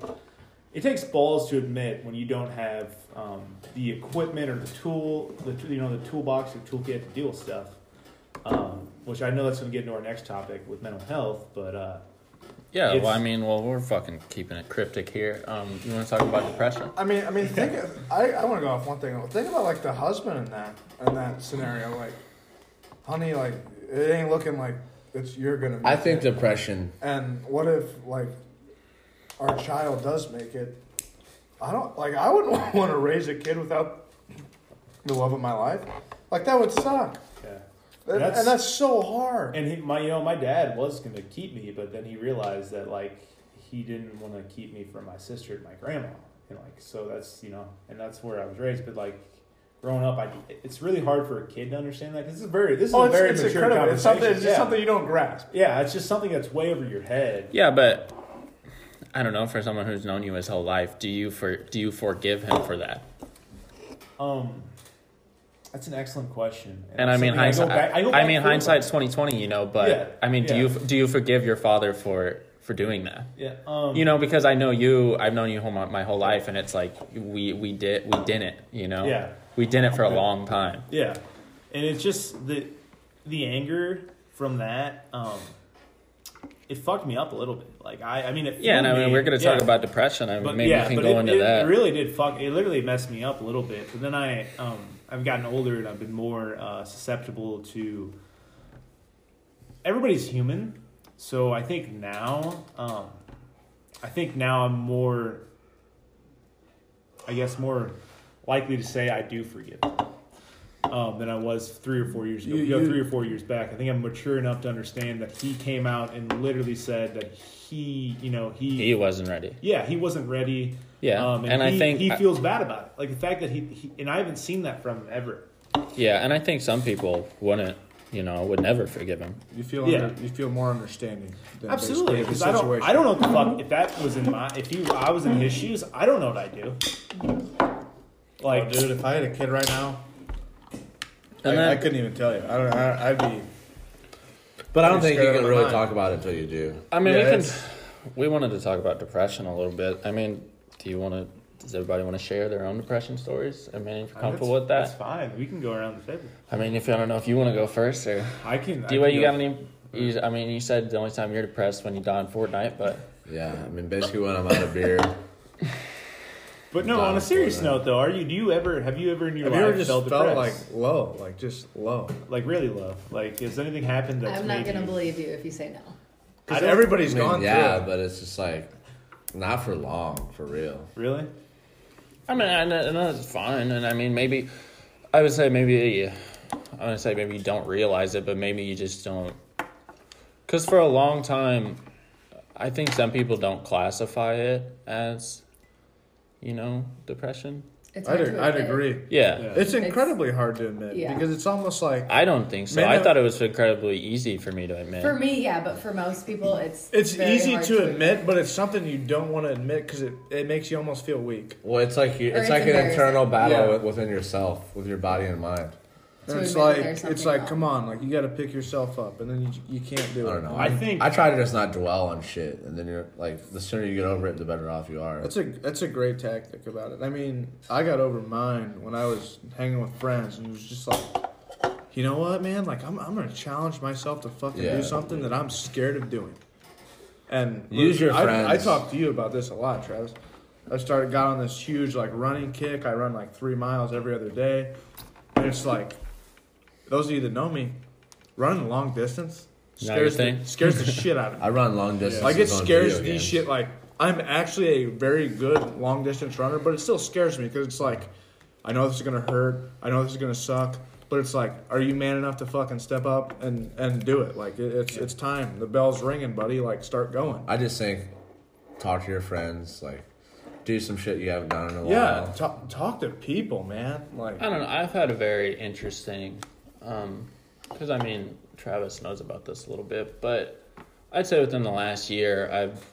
it takes balls to admit when you don't have um, the equipment or the tool, the t- you know the toolbox or toolkit to deal with stuff. Um, which I know that's going to get into our next topic with mental health, but uh,
Yeah,
It's-
well, I mean, well, we're fucking keeping it cryptic here. Um, you want to talk about depression?
I mean, I mean, think. I, I want to go off one thing. Think about like the husband in that in that scenario. Like, honey, like it ain't looking like it's you're gonna. Make
I think
it.
depression.
And what if like our child does make it? I don't like. I wouldn't want to raise a kid without the love of my life. Like that would suck.
yeah.
And-
That's-
and that's so hard.
And he, my, you know, my dad was going to keep me, but then he realized that like he didn't want to keep me from my sister and my grandma, and like so that's you know, and that's where I was raised. But like growing up, I it's really hard for a kid to understand that 'cause this is very this is
oh,
a
it's,
very
it's
mature
incredible.
conversation.
It's something. It's just
yeah.
something you don't grasp.
Yeah, it's just something that's way over your head.
Yeah, but I don't know. For someone who's known you his whole life, do you for do you forgive him for that?
Um, that's an excellent question.
And I mean,
something go
hindsight.
back-
I,
go back
mean,
forth on.
hindsight's twenty twenty. You know, but
Yeah,
I mean, do
yeah.
you do you forgive your father for for doing that?
Yeah. Um,
You know, because I know you. I've known you whole, my, my whole life, and it's like we we did we didn't. You know,
Yeah.
we didn't for a long time.
Yeah, and it's just the the anger from that. Um, it fucked me up a little bit. Like I, I mean, it
Yeah, and I
fueled
mean,
me.
we're gonna talk
Yeah.
about depression. I mean,
But
maybe
yeah,
we can
but
go
it,
into
it
that.
really did fuck. It literally messed me up a little bit. But then I, um, I've gotten older and I've been more uh, susceptible to. Everybody's human, so I think now, um, I think now I'm more. I guess more likely to say I do forgive. Um, than I was three or four years ago.
You-
You, know,
you-
three or four years back. I think I'm mature enough to understand that he came out and literally said that he, you know,
he wasn't ready.
yeah, he wasn't ready.
Yeah,
um, and,
and I
he,
think-
he feels bad about it. Like the fact that he, he and I haven't seen that from him ever.
Yeah, and I think some people wouldn't. You know, would never forgive him.
You feel
Yeah.
under, you feel more understanding. Than
Absolutely,
basically
because
the
I don't,
situation.
I don't know the fuck if that was in my, if he, I was in his shoes, I don't know what I'd do. Like,
Oh, dude, if I had a kid right now,
And
I, I
then-
couldn't even tell you. I don't. I, I'd be.
But I don't
I'm
think you
scared out
can
of
really
my mind.
talk about it until you do.
I mean,
Yeah,
we can.
it's-
We wanted to talk about depression a little bit. I mean, do you want to? Does everybody want to share their own depression stories? I mean, if you're comfortable with
Uh, that's
that.
fine. We can go around the table.
I mean, if I don't know if you want to go first or
I can. I
D-Way,
can
you
go-
got any? You, I mean, you said the only time you're depressed when you die in Fortnite, but
Yeah, I mean, basically when I'm out of beer,
But no, on a serious note though, are you? Do you ever? Have you ever in your
Have you
life
ever just
felt
felt
depressed?
like low, like just low?
like, really low? Like, has anything happened that's
I'm not
made
going to
you-
believe you if you say no.
I
Because
don't-
I
everybody's
mean,
gone
yeah,
through. it.
but it's just like not for long, for real.
Really?
I mean, I know, I know it's fine, and I mean, maybe I would say maybe I'm gonna say maybe you don't realize it, but maybe you just don't. Because for a long time, I think some people don't classify it as, you know, depression.
It's hard
I'd,
to
I'd
admit.
agree.
Yeah.
Yeah.
It's incredibly hard to admit
Yeah.
because it's almost like
I don't think so.
Man,
I
I-
thought it was incredibly easy for me to admit.
For me, yeah, but for most people, it's
it's
very
easy
hard
to admit, but it's something you don't want to admit because it, it makes you almost feel weak.
Well, it's like you,
Or
it's
it's
like an
embarrassing.
internal battle
Yeah.
with- within yourself, with your body and mind.
And it's
admit that
like
there's
it's
something
like
wrong.
come on, like you got to pick yourself up, and then you, you can't do
I
it.
don't know.
I think-
I try to just not dwell on shit, and then you're like, the sooner you get over it, the better off you are.
That's a that's a great tactic about it. I mean, I got over mine when I was hanging with friends and it was just like, you know what, man? Like I'm I'm gonna challenge myself to fucking
Yeah.
do something that I'm scared of doing. And
Use your
I,
friends.
I talked to you about this a lot, Travis. I started got on this huge like running kick. I run like three miles every other day, and it's like those of you that know me, running long distance
Not your
scares the,
thing?
scares the shit out of me.
I run long distance.
Like it scares the shit. Like I'm actually a very good long distance runner, but it still scares me because it's like, I know this is gonna hurt. I know this is gonna suck. But it's like, are you man enough to fucking step up and and do it? Like it, it's it's time. The bell's ringing, buddy. Like start going.
I just think, talk to your friends, like, do some shit you haven't done in a
Yeah,
while.
talk talk to people, man. Like
I don't know. I've had a very interesting, because I mean, Travis knows about this a little bit, but I'd say within the last year, I've,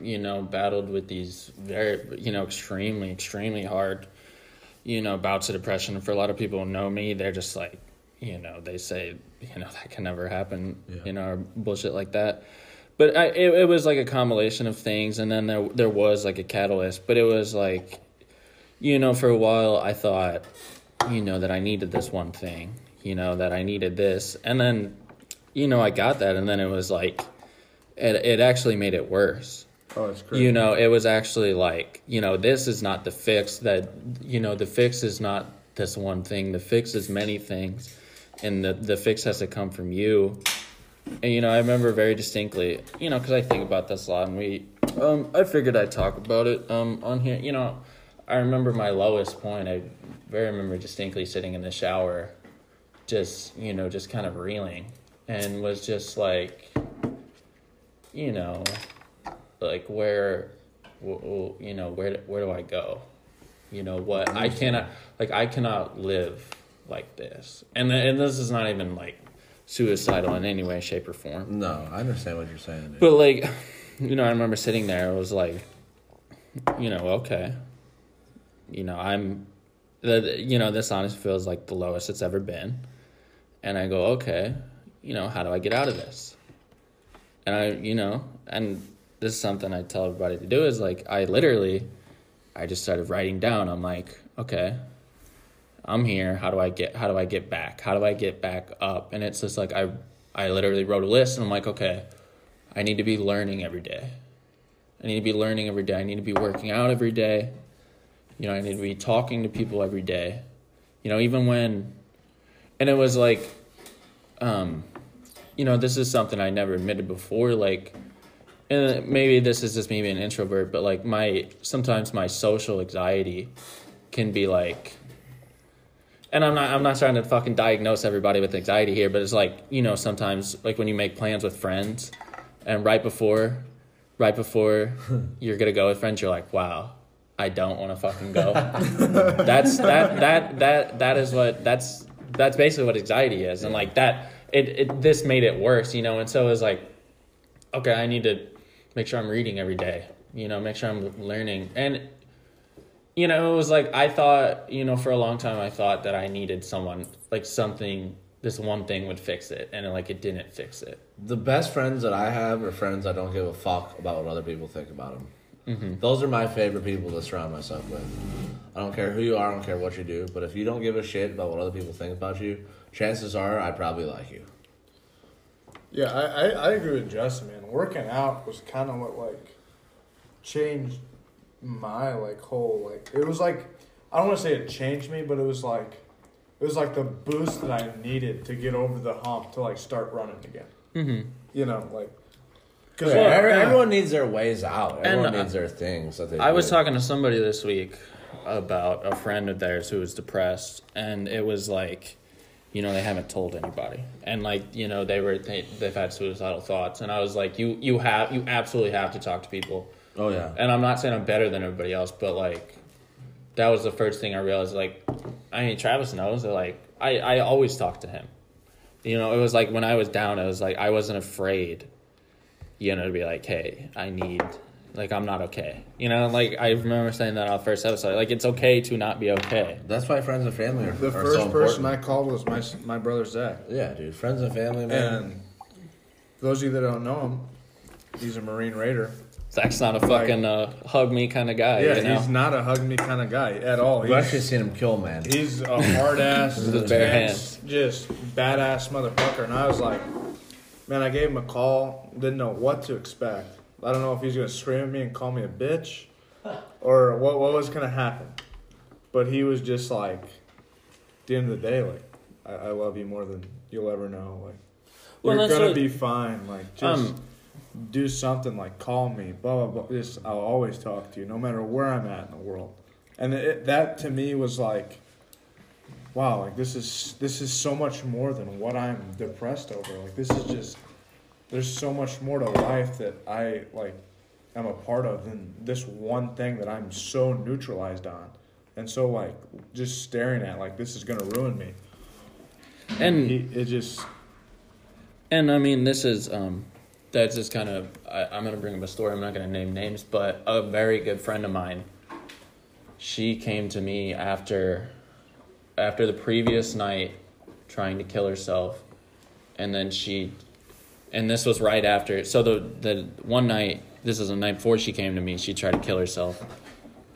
you know, battled with these very, you know, extremely, extremely hard, you know, bouts of depression. For a lot of people who know me, they're just like, you know, they say, you know, that can never happen, you know, or bullshit like that. But I, it, it was like a compilation of things, and then there there was like a catalyst. But it was like, you know, for a while I thought, you know, that I needed this one thing, you know, that I needed this. And then, you know, I got that. And then it was like, it, it actually made it worse.
Oh, it's crazy.
You know, it was actually like, you know, this is not the fix that, you know, the fix is not this one thing. The fix is many things. And the, the fix has to come from you. And, you know, I remember very distinctly, you know, because I think about this a lot and we, um, I figured I'd talk about it um, on here. You know, I remember my lowest point. I very remember distinctly sitting in the shower, just, you know, just kind of reeling and was just like, you know, like where, w- w- you know, where, where do I go? You know what? I cannot, like, I cannot live like this. And, and this is not even like suicidal in any way, shape, or form.
No, I understand what you're saying. Dude.
But like, you know, I remember sitting there. I was like, you know, okay, you know, I'm, the- the, you know, this honestly feels like the lowest it's ever been, and I go, okay, you know, how do I get out of this? And I, you know, and this is something I tell everybody to do is like, I literally, I just started writing down. I'm like, okay. I'm here. How do I get how do I get back? How do I get back up? And it's just like I I literally wrote a list and I'm like, okay, I need to be learning every day. I need to be learning every day. I need to be working out every day. You know, I need to be talking to people every day. You know, even when, and it was like, um, you know, this is something I never admitted before. Like, and maybe this is just me being an introvert, but like my sometimes my social anxiety can be like and I'm not I'm not trying to fucking diagnose everybody with anxiety here, but it's like you know sometimes like when you make plans with friends, and right before, right before you're gonna go with friends, you're like, wow, I don't want to fucking go. that's that that that that is what that's that's basically what anxiety is, and like that it, it this made it worse, you know, and so it was like, okay, I need to make sure I'm reading every day, you know, make sure I'm learning and you know, it was like I thought, you know, for a long time I thought that I needed someone like something this one thing would fix it and like it didn't fix it.
The best friends that I have are friends that don't give a fuck about what other people think about them.
Mm-hmm.
Those are my favorite people to surround myself with. I don't care who you are, I don't care what you do, but if you don't give a shit about what other people think about you, chances are I probably like you.
Yeah, I, I, I agree with Justin, man. Working out was kind of what like changed my like whole like it was like I don't want to say it changed me, but it was like it was like the boost that I needed to get over the hump to like start running again. Mm-hmm. You know, like because
Well, every- everyone needs their ways out. Everyone
And, uh,
needs their things that they
I was
do.
talking to somebody this week about a friend of theirs who was depressed, and it was like, you know, they haven't told anybody, and like, you know, they were they, they've had suicidal thoughts, and I was like, you you have you absolutely have to talk to people,
Oh, yeah.
and I'm not saying I'm better than everybody else, but like, that was the first thing I realized. Like, I mean, Travis knows that. Like, I I always talk to him. You know, it was like when I was down, it was like I wasn't afraid. You know, to be like, hey, I need Like I'm not okay. You know, like I remember saying that on the first episode. Like it's okay to not be okay.
That's why friends and family are,
The
are
first
so
person
important.
I called was my my brother Zach,
yeah, dude, friends and family, man.
and those of you that don't know him, he's a Marine Raider.
Zach's not a fucking uh, hug me kind of guy.
Yeah,
you know?
he's not a hug me kind of guy at all.
We've actually
He's,
seen him kill, man.
he's a hard ass,
his bare
intense, just badass motherfucker. And I was like, man, I gave him a call, didn't know what to expect. I don't know if he's gonna scream at me and call me a bitch, or what what was gonna happen. But he was just like, at the end of the day, like, I, I love you more than you'll ever know. Like,
Well,
you're
that's
gonna
what-
be fine. Like, just
Um,
do something. Like, call me. Blah blah blah. Just, I'll always talk to you, no matter where I'm at in the world. And it, that to me was like, wow, like this is this is so much more than what I'm depressed over. Like, this is just there's so much more to life that I like am a part of than this one thing that I'm so neutralized on. And so like just staring at like this is gonna ruin me.
and
He, it just
And I mean, this is um, that's just kind of I, I'm gonna bring up a story. I'm not gonna name names, but a very good friend of mine. She came to me after, after the previous night, trying to kill herself, and then she, and this was right after. So the the one night, this is the night before she came to me. She tried to kill herself,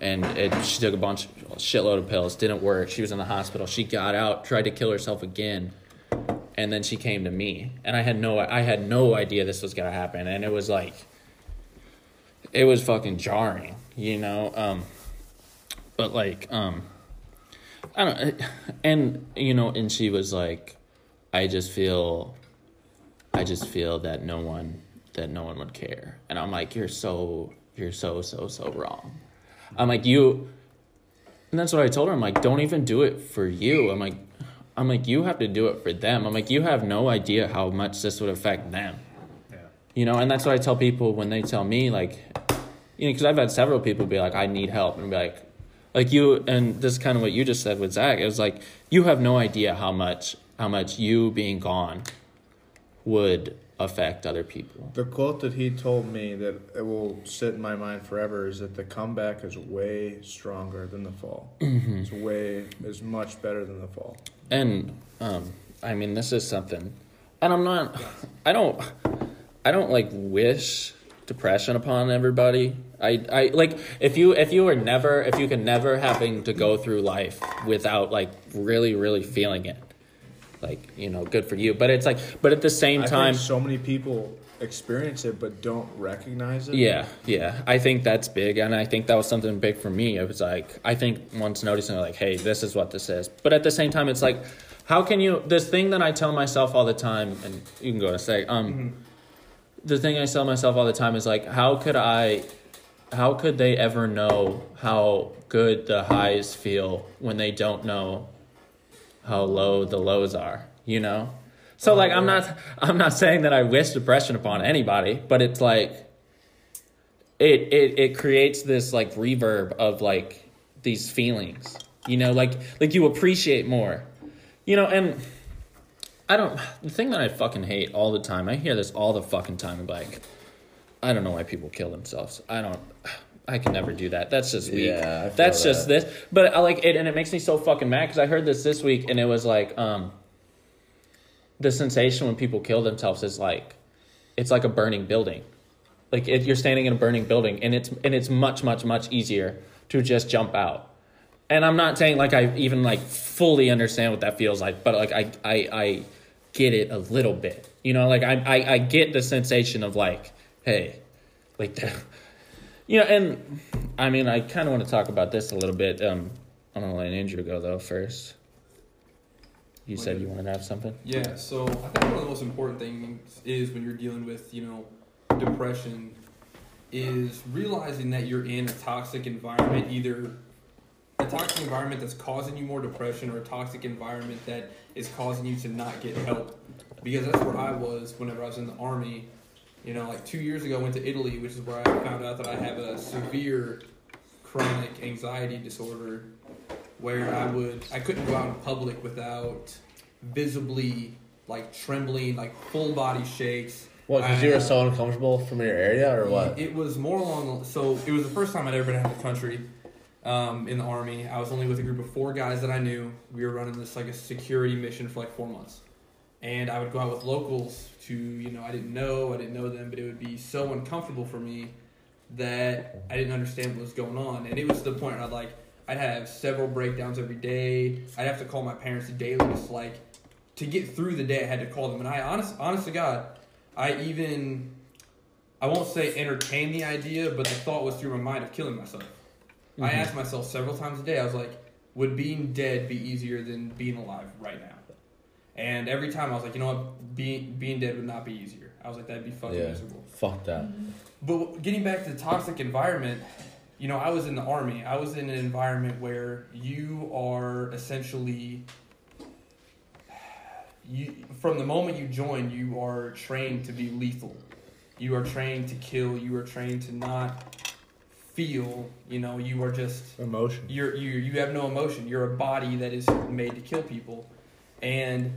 and it, she took a bunch shitload of pills. Didn't work. She was in the hospital. She got out, tried to kill herself again and then she came to me and i had no i had no idea this was gonna happen and it was like it was fucking jarring you know um but like um i don't and you know and she was like i just feel i just feel that no one that no one would care and i'm like you're so you're so so so wrong i'm like you and that's what I told her. I'm like, don't even do it for you. I'm like, I'm like, you have to do it for them. I'm like, you have no idea how much this would affect them. You know, and that's what I tell people when they tell me, like, you know, because I've had several people be like, I need help, and be like, like you, and this is kind of what you just said with Zach. It was like, you have no idea how much, how much you being gone would affect other people.
the quote that he told me that it will sit in my mind forever is that the comeback is way stronger than the fall. It's way is much better than the fall.
and um, I mean, this is something, and I'm not, I don't, I don't like wish depression upon everybody. I, I like if you if you are never if you can never having to go through life without like really really feeling it, like you know, good for you. But it's like, but at the same
I
time,
think so many people experience it but don't recognize it.
yeah, yeah. I think that's big, and I think that was something big for me. It was like I think once noticing like, hey, this is what this is. But at the same time, it's like, how can you? This thing that I tell myself all the time, and you can go to say, um, the thing I tell myself all the time is like, how could I? How could they ever know how good the highs feel when they don't know how low the lows are? You know. So like I'm not I'm not saying that I wish depression upon anybody, but it's like it it it creates this like reverb of like these feelings you know like like you appreciate more you know and i don't the thing that i fucking hate all the time i hear this all the fucking time I'm like i don't know why people kill themselves i don't i can never do that that's just weak
Yeah, I feel
that's just
that.
this but i like it and it makes me so fucking mad because i heard this this week and it was like um the sensation when people kill themselves is like it's like a burning building like if you're standing in a burning building and it's and it's much much much easier to just jump out and i'm not saying like i even like fully understand what that feels like but like i i, I get it a little bit you know like I, I i get the sensation of like hey like the, you know and i mean i kind of want to talk about this a little bit um i'm gonna let andrew go though first you said you wanted to have something
Yeah, so I think one of the most important things is when you're dealing with, you know, depression is realizing that you're in a toxic environment, either a toxic environment that's causing you more depression or a toxic environment that is causing you to not get help. Because that's where I was whenever I was in the army. You know, like two years ago, I went to Italy, which is where I found out that I have a severe chronic anxiety disorder where I would I couldn't go out in public without visibly like trembling, like full body shakes,
What? Because you were so uncomfortable from your area, or what?
It was more along. So it was the first time I'd ever been out of the country um, in the army. I was only with a group of four guys that I knew. We were running this like a security mission for like four months, and I would go out with locals to you know I didn't know I didn't know them, but it would be so uncomfortable for me that I didn't understand what was going on, and it was to the point where I'd like I'd have several breakdowns every day. I'd have to call my parents daily, just like to get through the day. I had to call them, and I honest honest to God. I even I won't say entertain the idea, but the thought was through my mind of killing myself. I asked myself several times a day, I was like, would being dead be easier than being alive right now? And every time I was like, you know what, being being dead would not be easier. I was like, that'd be fucking
yeah.
miserable.
Fuck that.
But getting back to the toxic environment, you know, I was in the army. I was in an environment where you are essentially you from the moment you join, you are trained to be lethal. You are trained to kill, you are trained to not feel, you know, you are just
Emotion.
you're you you have no emotion. You're a body that is made to kill people, and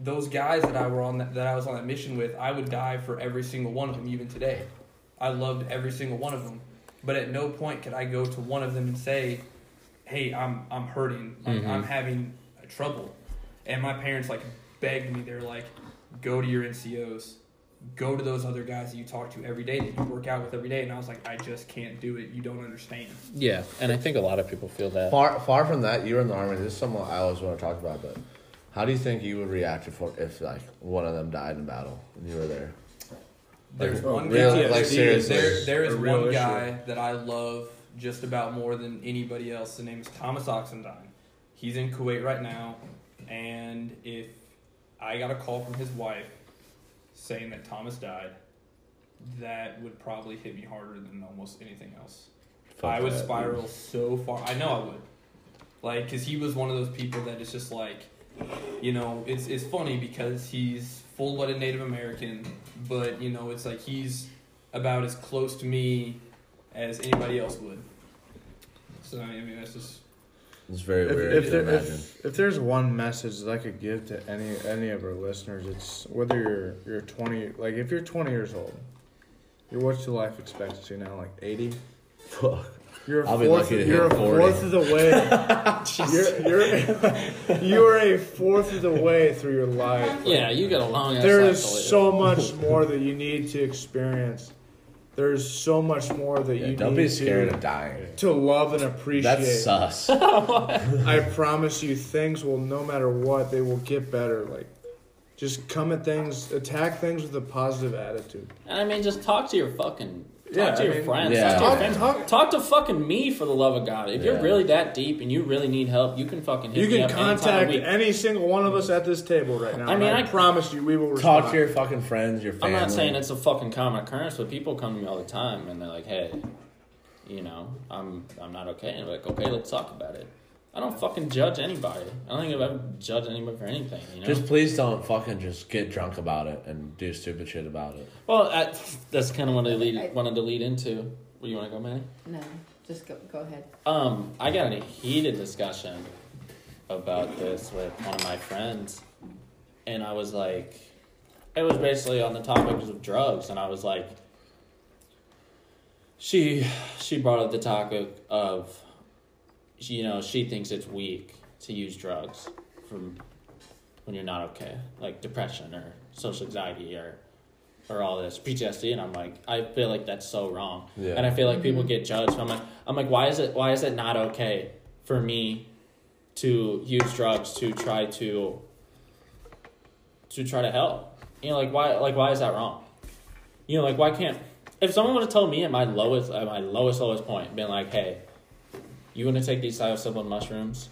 those guys that I were on that, that I was on that mission with, I would die for every single one of them. Even today, I loved every single one of them, but at no point could I go to one of them and say, "Hey, I'm I'm hurting. Like, I'm having trouble," and my parents like begged me. They're like, "Go to your NCOs." Go to those other guys that you talk to every day that you work out with every day, and I was like, I just can't do it. You don't understand.
Yeah, and I think a lot of people feel that.
Far, far from that, you were in the army. This is something I always want to talk about. But how do you think you would react if, if like one of them died in battle and you were there?
There's
Like,
one
real-
guy.
like, seriously.
there, there is
A real
one
issue.
guy that I love just about more than anybody else. The name is Thomas Oxendine. He's in Kuwait right now, and if I got a call from his wife saying that Thomas died, that would probably hit me harder than almost anything else.
Fuck
I would
that.
spiral so far. I know I would. Like, because he was one of those people that is just like, you know, it's it's funny because he's full blooded Native American, but you know, it's like he's about as close to me as anybody else would. So I mean, that's just
It's very
If,
weird.
if,
to
there,
imagine.
if, if there's one message that I could give to any any of our listeners, it's whether you're you're 20, like if you're 20 years old, you're what's your life expectancy now, like 80.
Fuck.
You're a
I'll be
fourth,
lucky to hit
you're a
40.
fourth of the way. you're, you're, you're a fourth of the way through your life.
Yeah, you got a long ass
There
life
is
to live.
so much more that you need to experience. There's so much more that
Yeah,
you
don't
need
be scared
to,
of dying.
to love and appreciate.
That's sus.
I promise you, things will no matter what, they will get better. Like, just come at things, attack things with a positive attitude.
And I mean, just talk to your fucking. Talk
Yeah,
to
I
your
mean-
friends.
Yeah.
Talk, to your
Talk-
fam-
talk-
talk to fucking me for the love of God. If
Yeah.
you're really that deep and you really need help, you can fucking hit
You
me
can
up anytime of
contact
week.
any single one of us at this table right now.
I
and
mean,
I,
I-
promise you, we will respond.
Talk to your fucking friends, your
I'm
family.
not saying it's a fucking common occurrence, but people come to me all the time and they're like, "Hey, you know, I'm I'm not okay," and I'm like, "Okay, let's talk about it." I don't fucking judge anybody. I don't think I've ever judged anybody for anything. You know.
Just please don't fucking just get drunk about it and do stupid shit about it.
well, I, that's kind of what I
I-
lead, wanted to lead into. Where you want to go, Manny?
No, just go, go ahead.
Um, I got in a heated discussion about this with one of my friends, and I was like, it was basically on the topic of drugs, and I was like, she she brought up the topic of, she- you know, she thinks it's weak to use drugs from when you're not okay, like depression or social anxiety or or all this PTSD, and I'm like, I feel like that's so wrong,
Yeah.
and I feel like people get judged. I'm like, I'm like, why is it why is it not okay for me to use drugs to try to to try to help? You know, like why like why is that wrong? You know, like why can't if someone would have told me at my lowest at my lowest lowest point, been like, hey, you want to take these psilocybin mushrooms,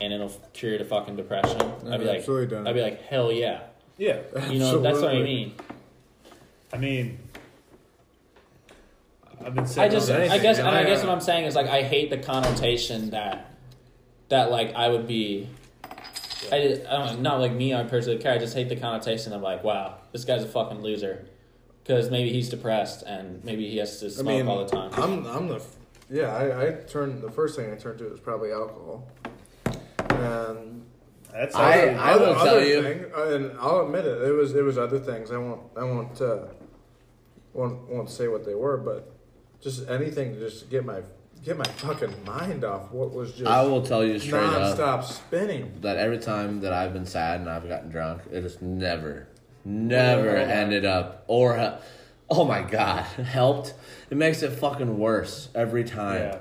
and it'll cure your fucking depression. I'd be like,
absolutely done.
I'd be like, hell yeah.
Yeah.
You know, that's what I
Absolutely.
mean.
I mean, I've been
I
saying
just,
all that.
I guess, and I
man.
guess what I'm saying is like, I hate the connotation that, that like I would be, I, I don't know, not like me, I personally care. I just hate the connotation of like, wow, this guy's a fucking loser, because maybe he's depressed and maybe he has to
I
smoke
mean,
all the time.
I'm, I'm the, f- yeah, I, I turned, the first thing I turned to is probably alcohol. And
That's
I-
actually-
will tell you-
Thing, uh, and I'll admit it. It was it was other things. I won't I won't uh, won't won't say what they were, but just anything to just get my get my fucking mind off what was just
I will tell you straight
nonstop
up
spinning.
that every time that I've been sad and I've gotten drunk, it has never, never ended up or, he- oh my god, helped. It makes it fucking worse every time.
yeah.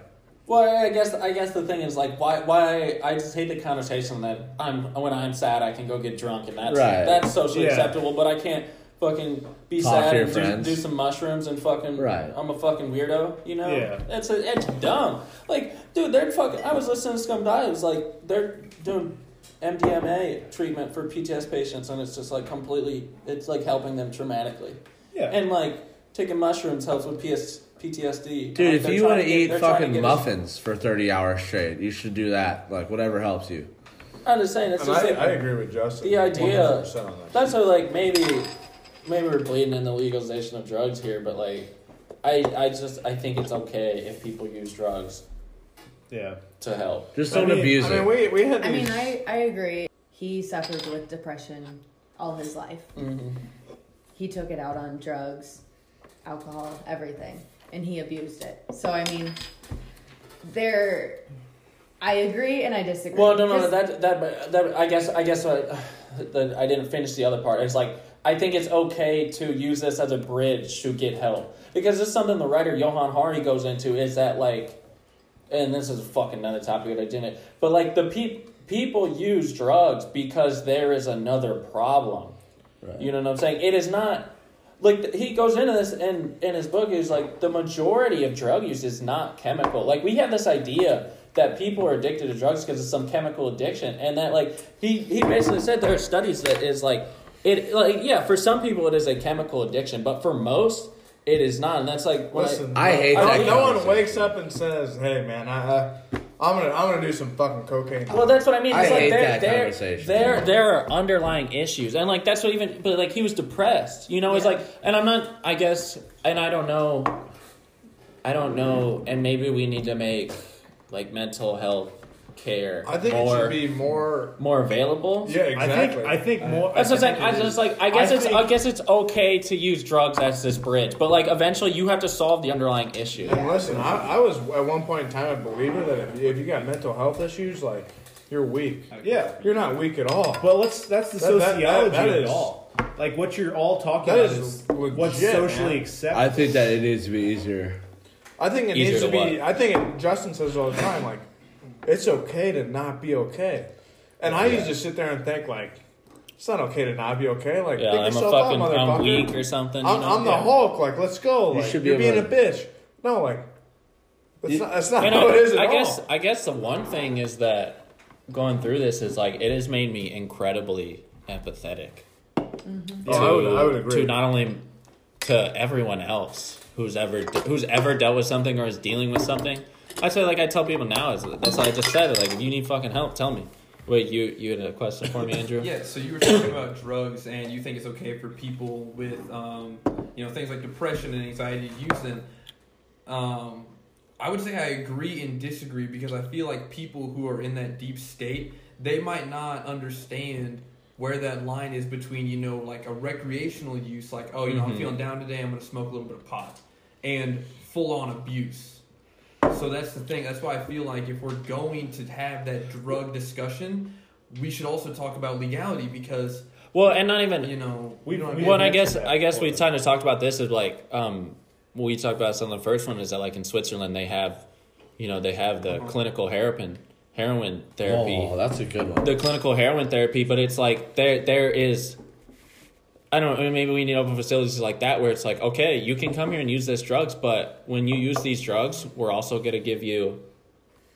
Well, I guess I guess the thing is like why why I just hate the connotation that I'm when I'm sad I can go get drunk and that's
Right.
that's socially
Yeah.
acceptable, but I can't fucking be
Talk
sad
to your
and do,
friends.
do some mushrooms and fucking
Right.
I'm a fucking weirdo, you know?
Yeah.
It's a, it's dumb. Like, dude, they're fucking I was listening to Scum Die, it was like they're doing MDMA treatment for PTS patients and it's just like completely it's like helping them traumatically.
Yeah.
And like taking mushrooms helps with PS PTSD. Like,
Dude, if
they're
you
trying
want to
to get-
eat
they're trying to
fucking
get us-
muffins for 30 hours straight, you should do that. Like, whatever helps you.
I'm just saying, it's
And
just
I,
like,
I agree with Justin.
the idea-
100% on that.
that's how like maybe maybe we're bleeding in the legalization of drugs here, but like I I just I think it's okay if people use drugs
yeah.
to help.
Just
I
don't
mean-
abuse
I
it.
mean, we we had
I mean,
these.
I, I agree. He suffered with depression all his life.
Mm-hmm.
He took it out on drugs, alcohol, everything, and he abused it. So, I mean, there. I agree and I disagree.
Well, no, no,
'Cause-
that that that I guess I guess I, that I didn't finish the other part. It's like I think it's okay to use this as a bridge to get help because it's something the writer Johan Hari goes into is that like, and this is fucking another topic that I didn't. But like the peop people use drugs because there is another problem. You know what I'm saying? It is not like th- he goes into this in in his book is like the majority of drug use is not chemical. Like we have this idea that people are addicted to drugs because it's some chemical addiction, and that like he he basically said there are studies that is like it like yeah for some people it is a chemical addiction, but for most it is not, and that's like when I-
Listen,
I hate
no,
that
No one
concept.
wakes up and says, "Hey, man, I, I I'm gonna I'm gonna do some fucking cocaine."
Well, that's what I mean.
I
It's like
hate
there,
that
there,
conversation.
There, there are underlying issues, and like that's what even. But like he was depressed, you know. It's like, and I'm not. I guess, and I don't know. I don't know, and maybe we need to make like mental health care
I think it
more
should be more.
more available.
Yeah, exactly.
I think I think more.
That's what I'm saying.
think
I
it
just
is-
like I guess
I
it's I
think-
guess it's okay to use drugs as this bridge, but like eventually you have to solve the underlying issue.
And listen, I, I was at one point in time a believer that if you, if you got mental health issues, like you're weak.
Yeah.
You're not weak at all.
But let's that's the
That- that-
sociology
that- that
of it
is-
all. Like what you're all talking
That
about
is
is what's
legit,
socially
man.
accepted.
I think that it needs to be easier.
I think it
Easier
needs to
to
be. I think it, Justin says it all the time, like it's okay to not be okay. And I used to sit there and think, like, it's not okay to not be okay. Like,
Yeah,
pick
I'm a
yourself up,
fucking
motherfucker.
I'm weak or something. you
I'm,
know?
I'm the
Yeah.
Hulk. Like, let's go.
You
Like,
should be
you're being
able
a bitch. No, like, that's not, that's not
And
how
I,
it is at
I
all.
guess I guess the one thing is that going through this is like it has made me incredibly empathetic
Oh, I would- I would agree.
to not only to everyone else who's ever who's ever dealt with something or is dealing with something. I say like I tell people now is that's what I just said like if you need fucking help tell me. Wait, you you had a question for me, Andrew?
Yeah, so you were talking about drugs, and you think it's okay for people with, um, you know, things like depression and anxiety to use them. Um, I would say I agree and disagree because I feel like people who are in that deep state, they might not understand where that line is between, you know, like a recreational use, like, oh, you know, I'm feeling down today, I'm going to smoke a little bit of pot, and full on abuse. So that's the thing. That's why I feel like if we're going to have that drug discussion, we should also talk about legality because
Well, and not even
you know
We-
we don't.
we-
well, and I
mentioned
guess
that
I guess we
before.
kind of talked about this is like um, we talked about this on the first one is that like in Switzerland they have, you know, they have the clinical heroin heroin therapy,
Oh, that's a good one.
the clinical heroin therapy, but it's like there there is. I don't. I mean, maybe we need open facilities like that where it's like, okay, you can come here and use these drugs, but when you use these drugs, we're also gonna give you,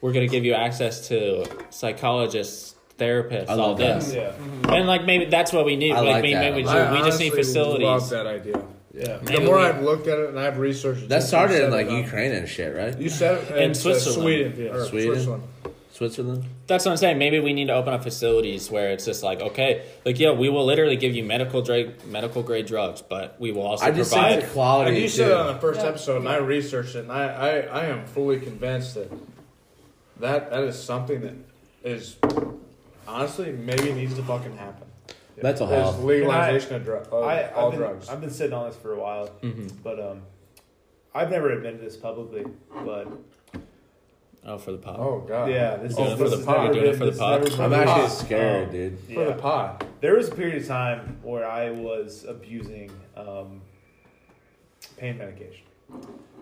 we're gonna give you access to psychologists, therapists,
I
all
love that.
this, Mm-hmm.
yeah,
and like maybe that's what we need.
I
like,
like
maybe,
that.
maybe we,
I
ju- we just need
honestly Love
facilities.
that idea.
yeah.
The
Maybe
more
we-
I've looked at it and I've researched, it,
That
since
started
you
in
said
like
it, um,
Ukraine and shit, right?
You said it
In
it's, uh,
Switzerland.
Sweden, yeah, or
Sweden.
Switzerland.
Switzerland?
That's what I'm saying. Maybe we need to open up facilities where it's just like, okay, like yeah, we will literally give you medical drug, medical grade drugs, but we will also
I just
provide.
think the quality.
And you said
too.
it on the first
Yeah.
episode, and I researched it, and I, I, I am fully convinced that, that that is something that is
honestly, maybe it needs to fucking happen.
Mental
There's
health.
legalization of, dru- of
I,
all
I've, been,
drugs.
I've been sitting on this for a while,
Mm-hmm.
but um, I've never admitted this publicly, but
Oh, for the pot.
oh god.
yeah, this
Doing
is
it for
this
the
has
pod,
never
doing it
been-
for the
this has
pod.
never been-
I'm actually
Um,
scared, dude.
For
yeah.
the pot.
There was a period of time where I was abusing um, pain medication.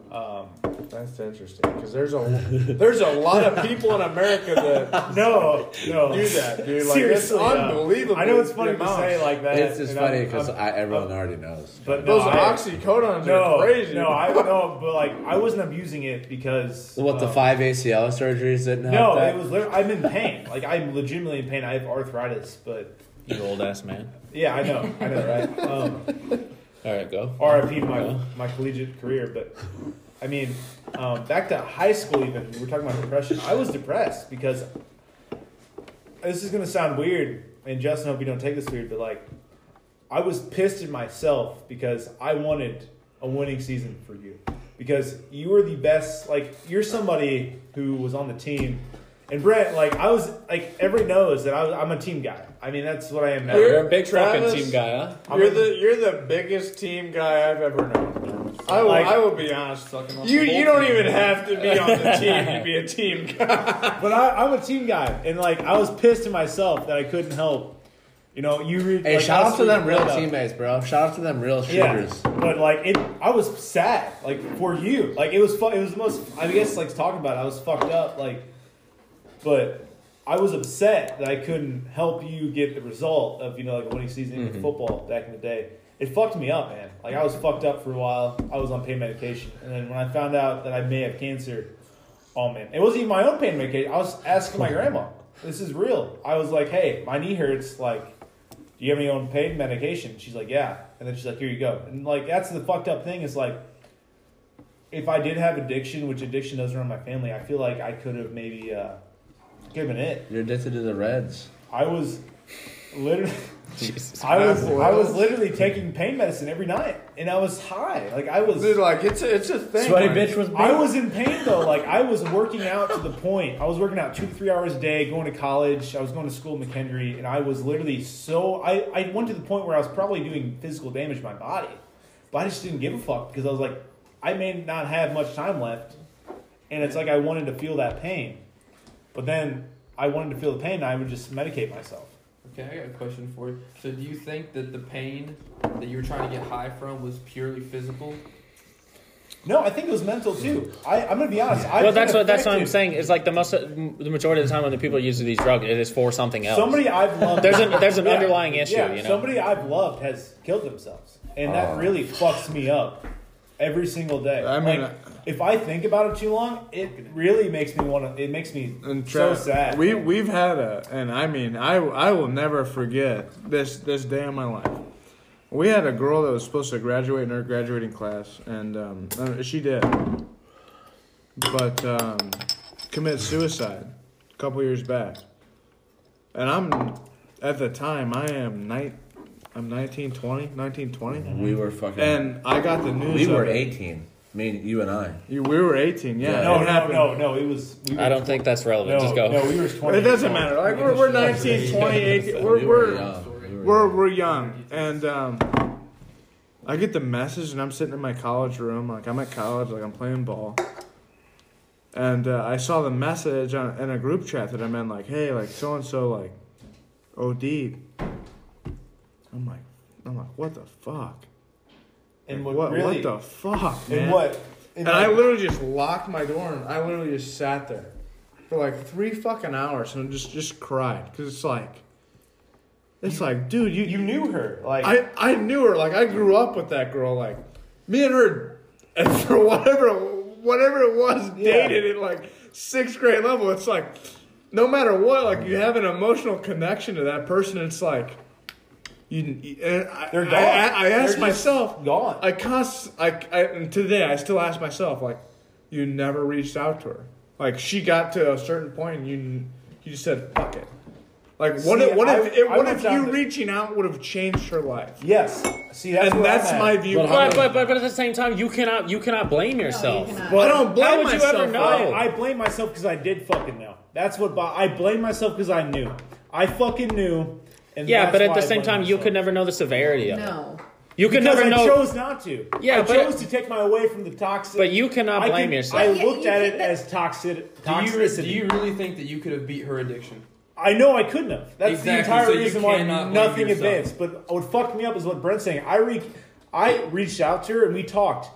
Um,
That's interesting because there's a there's a lot of people in America that
no, no.
do that, dude. Like it's
Seriously, yeah.
unbelievable.
I know it's
the
funny to
amount.
say like that.
It's just
and I'm-
funny because
I'm-
everyone
I'm-
already knows.
But no,
Those
I-
oxycodones
No,
are crazy.
no, I no, but like I wasn't abusing it because
What the
um,
five ACL surgeries didn't help?
No,
that?
it was. lit- I'm in pain. Like I'm legitimately in pain. I have arthritis, but
You old ass man.
yeah, I know, I know, right? Um,
All right, go.
RIP my my collegiate career, but I mean, um, back to high school. Even we were talking about depression. I was depressed because this is gonna sound weird, and Justin, hope you don't take this weird, but like, I was pissed at myself because I wanted a winning season for you because you were the best. Like, you're somebody who was on the team. And Brett, like I was, like everyone knows that I was, I'm a team guy. I mean, that's what I am now.
You're a big
Travis-
fucking team guy, huh?
I'm
you're
a-
the you're the biggest team guy I've ever known. I will,
Like-
I will be honest.
Sucking off
You
the whole
you don't
team.
even have to be on the team to be a team guy.
But I, I'm a team guy, and like I was pissed at myself that I couldn't help. You know, you. Re-
Hey,
like,
shout out
last
to them
week,
real
uh,
teammates, bro. Shout out to them real
Yeah,
shooters.
but like it, I was sad, like for you, like it was fun. It was the most, I guess, like talking about, it, I was fucked up, like, but I was upset that I couldn't help you get the result of you know like a winning season in football back in the day. It fucked me up, man. Like I was fucked up for a while. I was on pain medication, and then when I found out that I may have cancer, Oh man, it wasn't even my own pain medication. I was asking my grandma. This is real. I was like, "Hey, my knee hurts. Like, do you have any own pain medication?" She's like, "Yeah," and then she's like, "Here you go." And like, that's the fucked up thing is like, if I did have addiction, which addiction does run in my family, I feel like I could have maybe uh, given it.
You're addicted to the Reds.
I was literally,
Jesus.
I was, I was literally taking pain medicine every night, and I was high. Like I was.
Dude, like it's a, it's a thing.
Sweaty
like-
bitch was.
I was in pain though. Like I was working out to the point. I was working out two to three hours a day, going to college. I was going to school at McHenry, and I was literally so I, I went to the point where I was probably doing physical damage to my body. But I just didn't give a fuck because I was like, I may not have much time left. And it's like I wanted to feel that pain. But then I wanted to feel the pain and I would just medicate myself.
Okay, I got a question for you. So, do you think that the pain that you were trying to get high from was purely physical?
No, I think it was mental too. I, I'm gonna be honest. I've
Well,
been
that's what that's what I'm
affected.
saying. It's like the most the majority of the time when the people use these drugs, it is for something else.
Somebody I've loved.
There's an- there's an underlying issue, you know?
somebody I've loved has killed themselves, and that really fucks me up every single day.
Oh. I mean,
like, if I think about it too long, it really makes me want to. It makes me
And
so
Travis,
sad.
We we've had a, and I mean, I I will never forget this this day in my life. We had a girl that was supposed to graduate in her graduating class, and um, uh, she did, but um, commit suicide a couple years back. And I'm at the time I am night, I'm 19, 20, 19,
Mm-hmm.
20.
We were fucking.
and I got the news.
we were
of Mm-hmm. it.
18. Me, and you, and I.
You- We were eighteen. Yeah.
no, no,
it happened.
no, no. It was. We were,
I don't think that's relevant.
No,
Just go.
no. We were twenty.
It doesn't matter. Like we're, we're 19, 20, 18.
we
We're,
were
we're
young. We were
we're
young.
we're young, and um, I get the message, and I'm sitting in my college room, like I'm at college, like I'm playing ball, and uh, I saw the message on, in a group chat that I'm in, like, hey, like so and so, like, OD. I'm like, I'm like, what the fuck?
And
What
what, really?
what the fuck, man?
and what?
And I literally just locked my door and I literally just sat there for like three fucking hours and just just cried because it's like, it's like, dude, you
you knew her. Like
I I knew her like I grew up with that girl like me and her and for whatever whatever it was
Yeah.
dated at like sixth grade level. It's like, no matter what, like you have an emotional connection to that person. It's like. You, you- and I,
They're
I-
gone.
I, I asked
They're just
myself,
gone.
I const I, I and today I still ask myself like, you never reached out to her. Like she got to a certain point and you you just said fuck it. Like, what
See,
if what if,
I-
it,
I
what
went
if
down
you
the-
reaching out would have changed her life?
Yes. See, that's
and
where I'm
that's
at.
my view.
But
But, but but but at the same time, you cannot you cannot blame yourself.
cannot.
I don't blame
How would you
myself.
ever know?
for it.
I, I blame myself because I did fucking know. That's what bo- I blame myself because I knew. I fucking knew. And
yeah,
that's
but at
why
the
I
same
blame
time, you
myself.
could never know the severity of it.
No.
You could
Because
never
I
know.
chose not to.
Yeah,
I
but-
chose to take my away from the toxic.
but you cannot
I
blame
can-
yourself.
I
Yeah,
looked
you
at
think
it
that-
as toxic.
Do you,
Toxicity.
do you really think that you could have beat her addiction?
I know I couldn't have. That's the
Exactly,
entire
so you
reason why
cannot blame
nothing
yourself.
advanced. But what fucked me up is what Brent's saying. I re- I reached out to her and we talked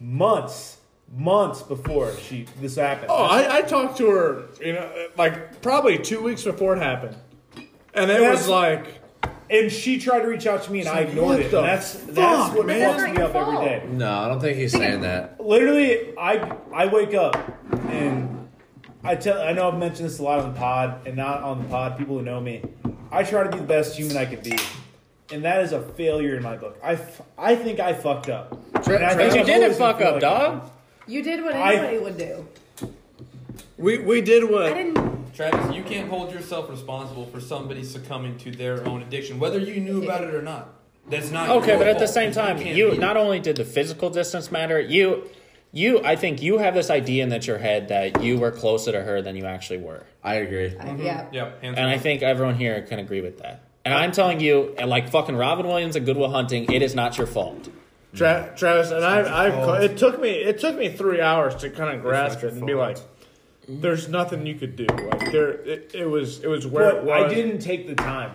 months, months before she this happened.
Oh, I, I talked to her, you know, like probably two weeks before it happened, and it
That's-
was like,
and she tried to reach out to me and I
Like,
ignored
what
it.
the
And that's that's
fuck,
what
man?
fucks me
It's not
up
your
every
fault.
day.
No, I don't think he's saying that.
Literally, I I wake up and I tell I know I've mentioned this a lot on the pod and not on the pod. People who know me, I try to be the best human I could be, and that is a failure in my book. I, f- I think I fucked up. And I think
But you
I've
didn't
always been
fuck up,
like-
dog.
You did what
I-
anybody would do.
we we did
I
what
didn't.
Travis, you can't hold yourself responsible for somebody succumbing to their own addiction, whether you knew about it or not. That's not
Okay,
your
but at the
fault.
same time,
can't
you
beat it.
not only did the physical distance matter, you you I think you have this idea in that your head that you were closer to her than you actually were.
I agree.
I, yeah.
yeah, hands
And I
up.
think everyone here can agree with that. And I'm telling you, and like fucking Robin Williams and Goodwill Hunting, it is not your fault.
Tra- Travis and I. I it took me it took me three hours to kind of grasp it and be like, there's nothing you could do. Like there, it, it was it was where it
But
was.
I didn't take the time.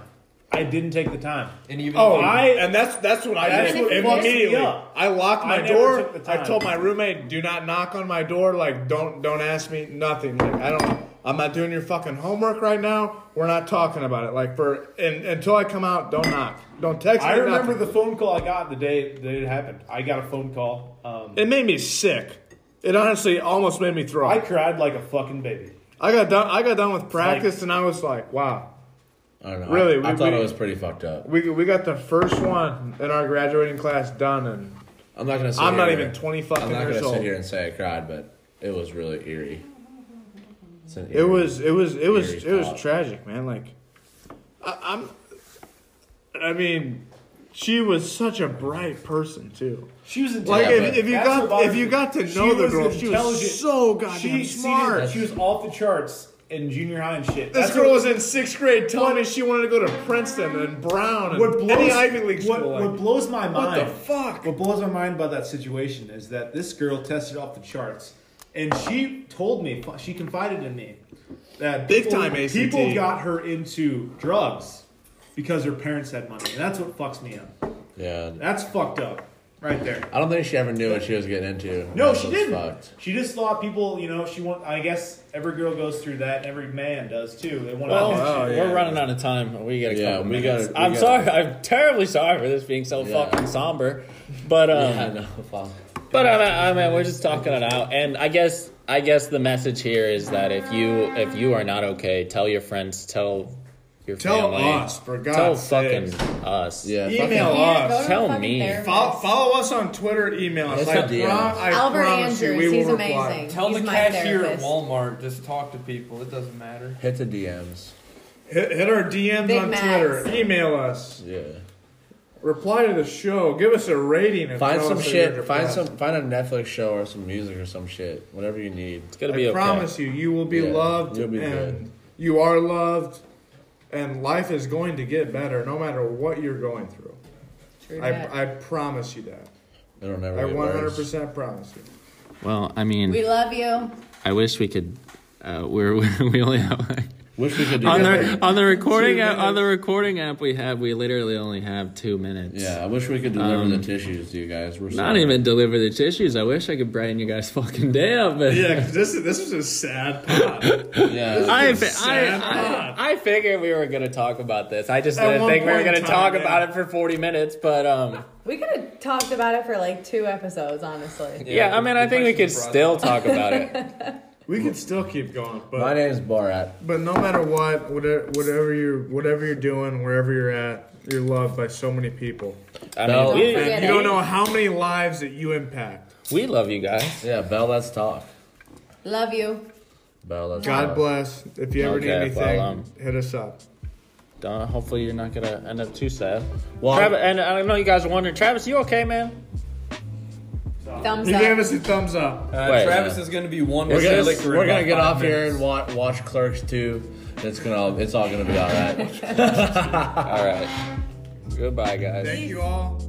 I didn't take the time.
and even
Oh,
if you-
I and that's that's what I
That's
did
what fucked me
immediately.
up.
I locked
I
my
never
door.
took the
I
time.
told my roommate, "Do not knock on my door. Like, don't don't ask me nothing. Like, I don't. I'm not doing your fucking homework right now. We're not talking about it. Like, for and, until I come out, don't knock. Don't text me.
I remember
nothing.
the phone call I got the day that it happened. I got a phone call. Um,
It made me sick. It honestly almost made me throw.
I
up.
cried like a fucking baby.
I got done. I got done with practice, and I was like, wow.
I don't know.
Really,
I, I
we-
thought
we-
it was pretty fucked up.
We, we got the first one in our graduating class done, and
I'm not gonna. Sit
I'm not
here-
even 20
I'm
fucking
not
years
gonna sit
old.
here and say I cried, but it was really eerie. It's an
It
eerie-
was it was it was
Eerie
it was
thought.
tragic, man. Like I, I'm, I mean, she was such a bright person too.
She was
Like
intelligent.
Yeah,
if, if you
That's what
got
bothers
if you
me.
got to know
She
the
was
girl, she
intelligent.
was so goddamn
she, She,
smart.
did- she was off the charts in junior high and shit.
this
That's
girl
what-
was in sixth grade telling me she wanted to go to Princeton and Brown and
what blows,
any Ivy League
what,
school.
what
like,
blows my mind.
what the fuck?
What blows my mind about that situation is that this girl tested off the charts, and she told me, she confided in me that
Big
people-
time ACT.
people got her into drugs because her parents had money, and that's what fucks me up.
Yeah.
That's fucked up, right there.
I don't think she ever knew what she was getting into.
No,
That's
she
what's
didn't.
fucked.
She just thought people, you know, she want. I guess every girl goes through that, and every man does too. They want
Well,
to.
wow. oh, yeah.
we're running out of time. We got a
Yeah,
couple
we
minutes.
gotta- we
I'm
gotta-
sorry. I'm terribly sorry for this being so
Yeah.
fucking somber, but um,
Yeah, no, fuck.
But I mean, I mean, we're just talking it out, and I guess I guess the message here is that if you if you are not okay, tell your friends, tell your
Tell
family,
us, for
tell
God's
fucking
sake.
us.
Yeah.
Email
fucking-
Yeah,
us.
go to a
Tell
fucking
me.
therapist.
Follow, follow us on Twitter, email us.
It's
I,
a DM.
prom- I
Albert
promise you,
Andrews,
we will
he's
reply.
amazing.
tell
He's
the
my
cashier at
therapist.
Walmart, just talk to people. It doesn't matter.
Hit the DMs.
Hit, hit our DMs
Big
on
Macs.
Twitter. Email us.
Yeah.
Reply to the show. Give us a rating. And
Find
tell
some
us that
shit.
you're
Find
depressed.
some. Find a Netflix show or some music or some shit. Whatever you need.
It's gonna
I
be okay.
promise you, you will be
Yeah,
loved,
you'll be
and
good.
you are loved, and life is going to get better no matter what you're going through.
True that.
I, I promise you that.
It'll never.
I
get
100
worse.
percent promise you.
Well, I mean,
we love you.
I wish we could. Uh, we're we only have,
Wish we could do
on
that.
the on the recording
Two
app, on the recording app we have. We literally only have two minutes.
Yeah, I wish we could deliver the tissues to you guys. We're
Um, Not
sorry.
even deliver the tissues. I wish I could brighten you guys fucking day up. But
Yeah, this this is a sad pod.
Yeah.
I,
This is
fi- I,
sad
I,
pod.
I figured we were going to talk about this. I just
At
didn't
one
think we were
point in
going to talk
time, yeah.
about it for 40 minutes. But um,
We could have talked about it for like two episodes, honestly.
yeah, I
the-
mean,
the
I think we
question
could
you brought
still
up.
talk about it.
we could still keep going, but
My name's Borat.
But no matter what, whatever, whatever you're, whatever you're doing, wherever you're at, you're loved by so many people.
I
No.
mean,
Don't
we,
forget
And you don't know how many lives that you impact.
we love you guys.
Yeah, Bell, let's talk.
Love you.
Bell, let's
God
talk.
bless. If you ever need
Oh. Okay,
anything,
well, um,
hit us up.
Don't, hopefully you're not gonna end up too sad.
Well,
Travis, and I know you guys are wondering, Travis, you okay, man?
Thumbs
He gave
up.
us a thumbs up.
Uh,
Wait,
Travis
uh,
is going to be one.
we're
with
gonna,
liquor in
we're gonna
about
get
five
off here
minutes.
and watch, watch Clerks 2. It's gonna it's all gonna be all right.
All right. Goodbye, guys.
Thank you all.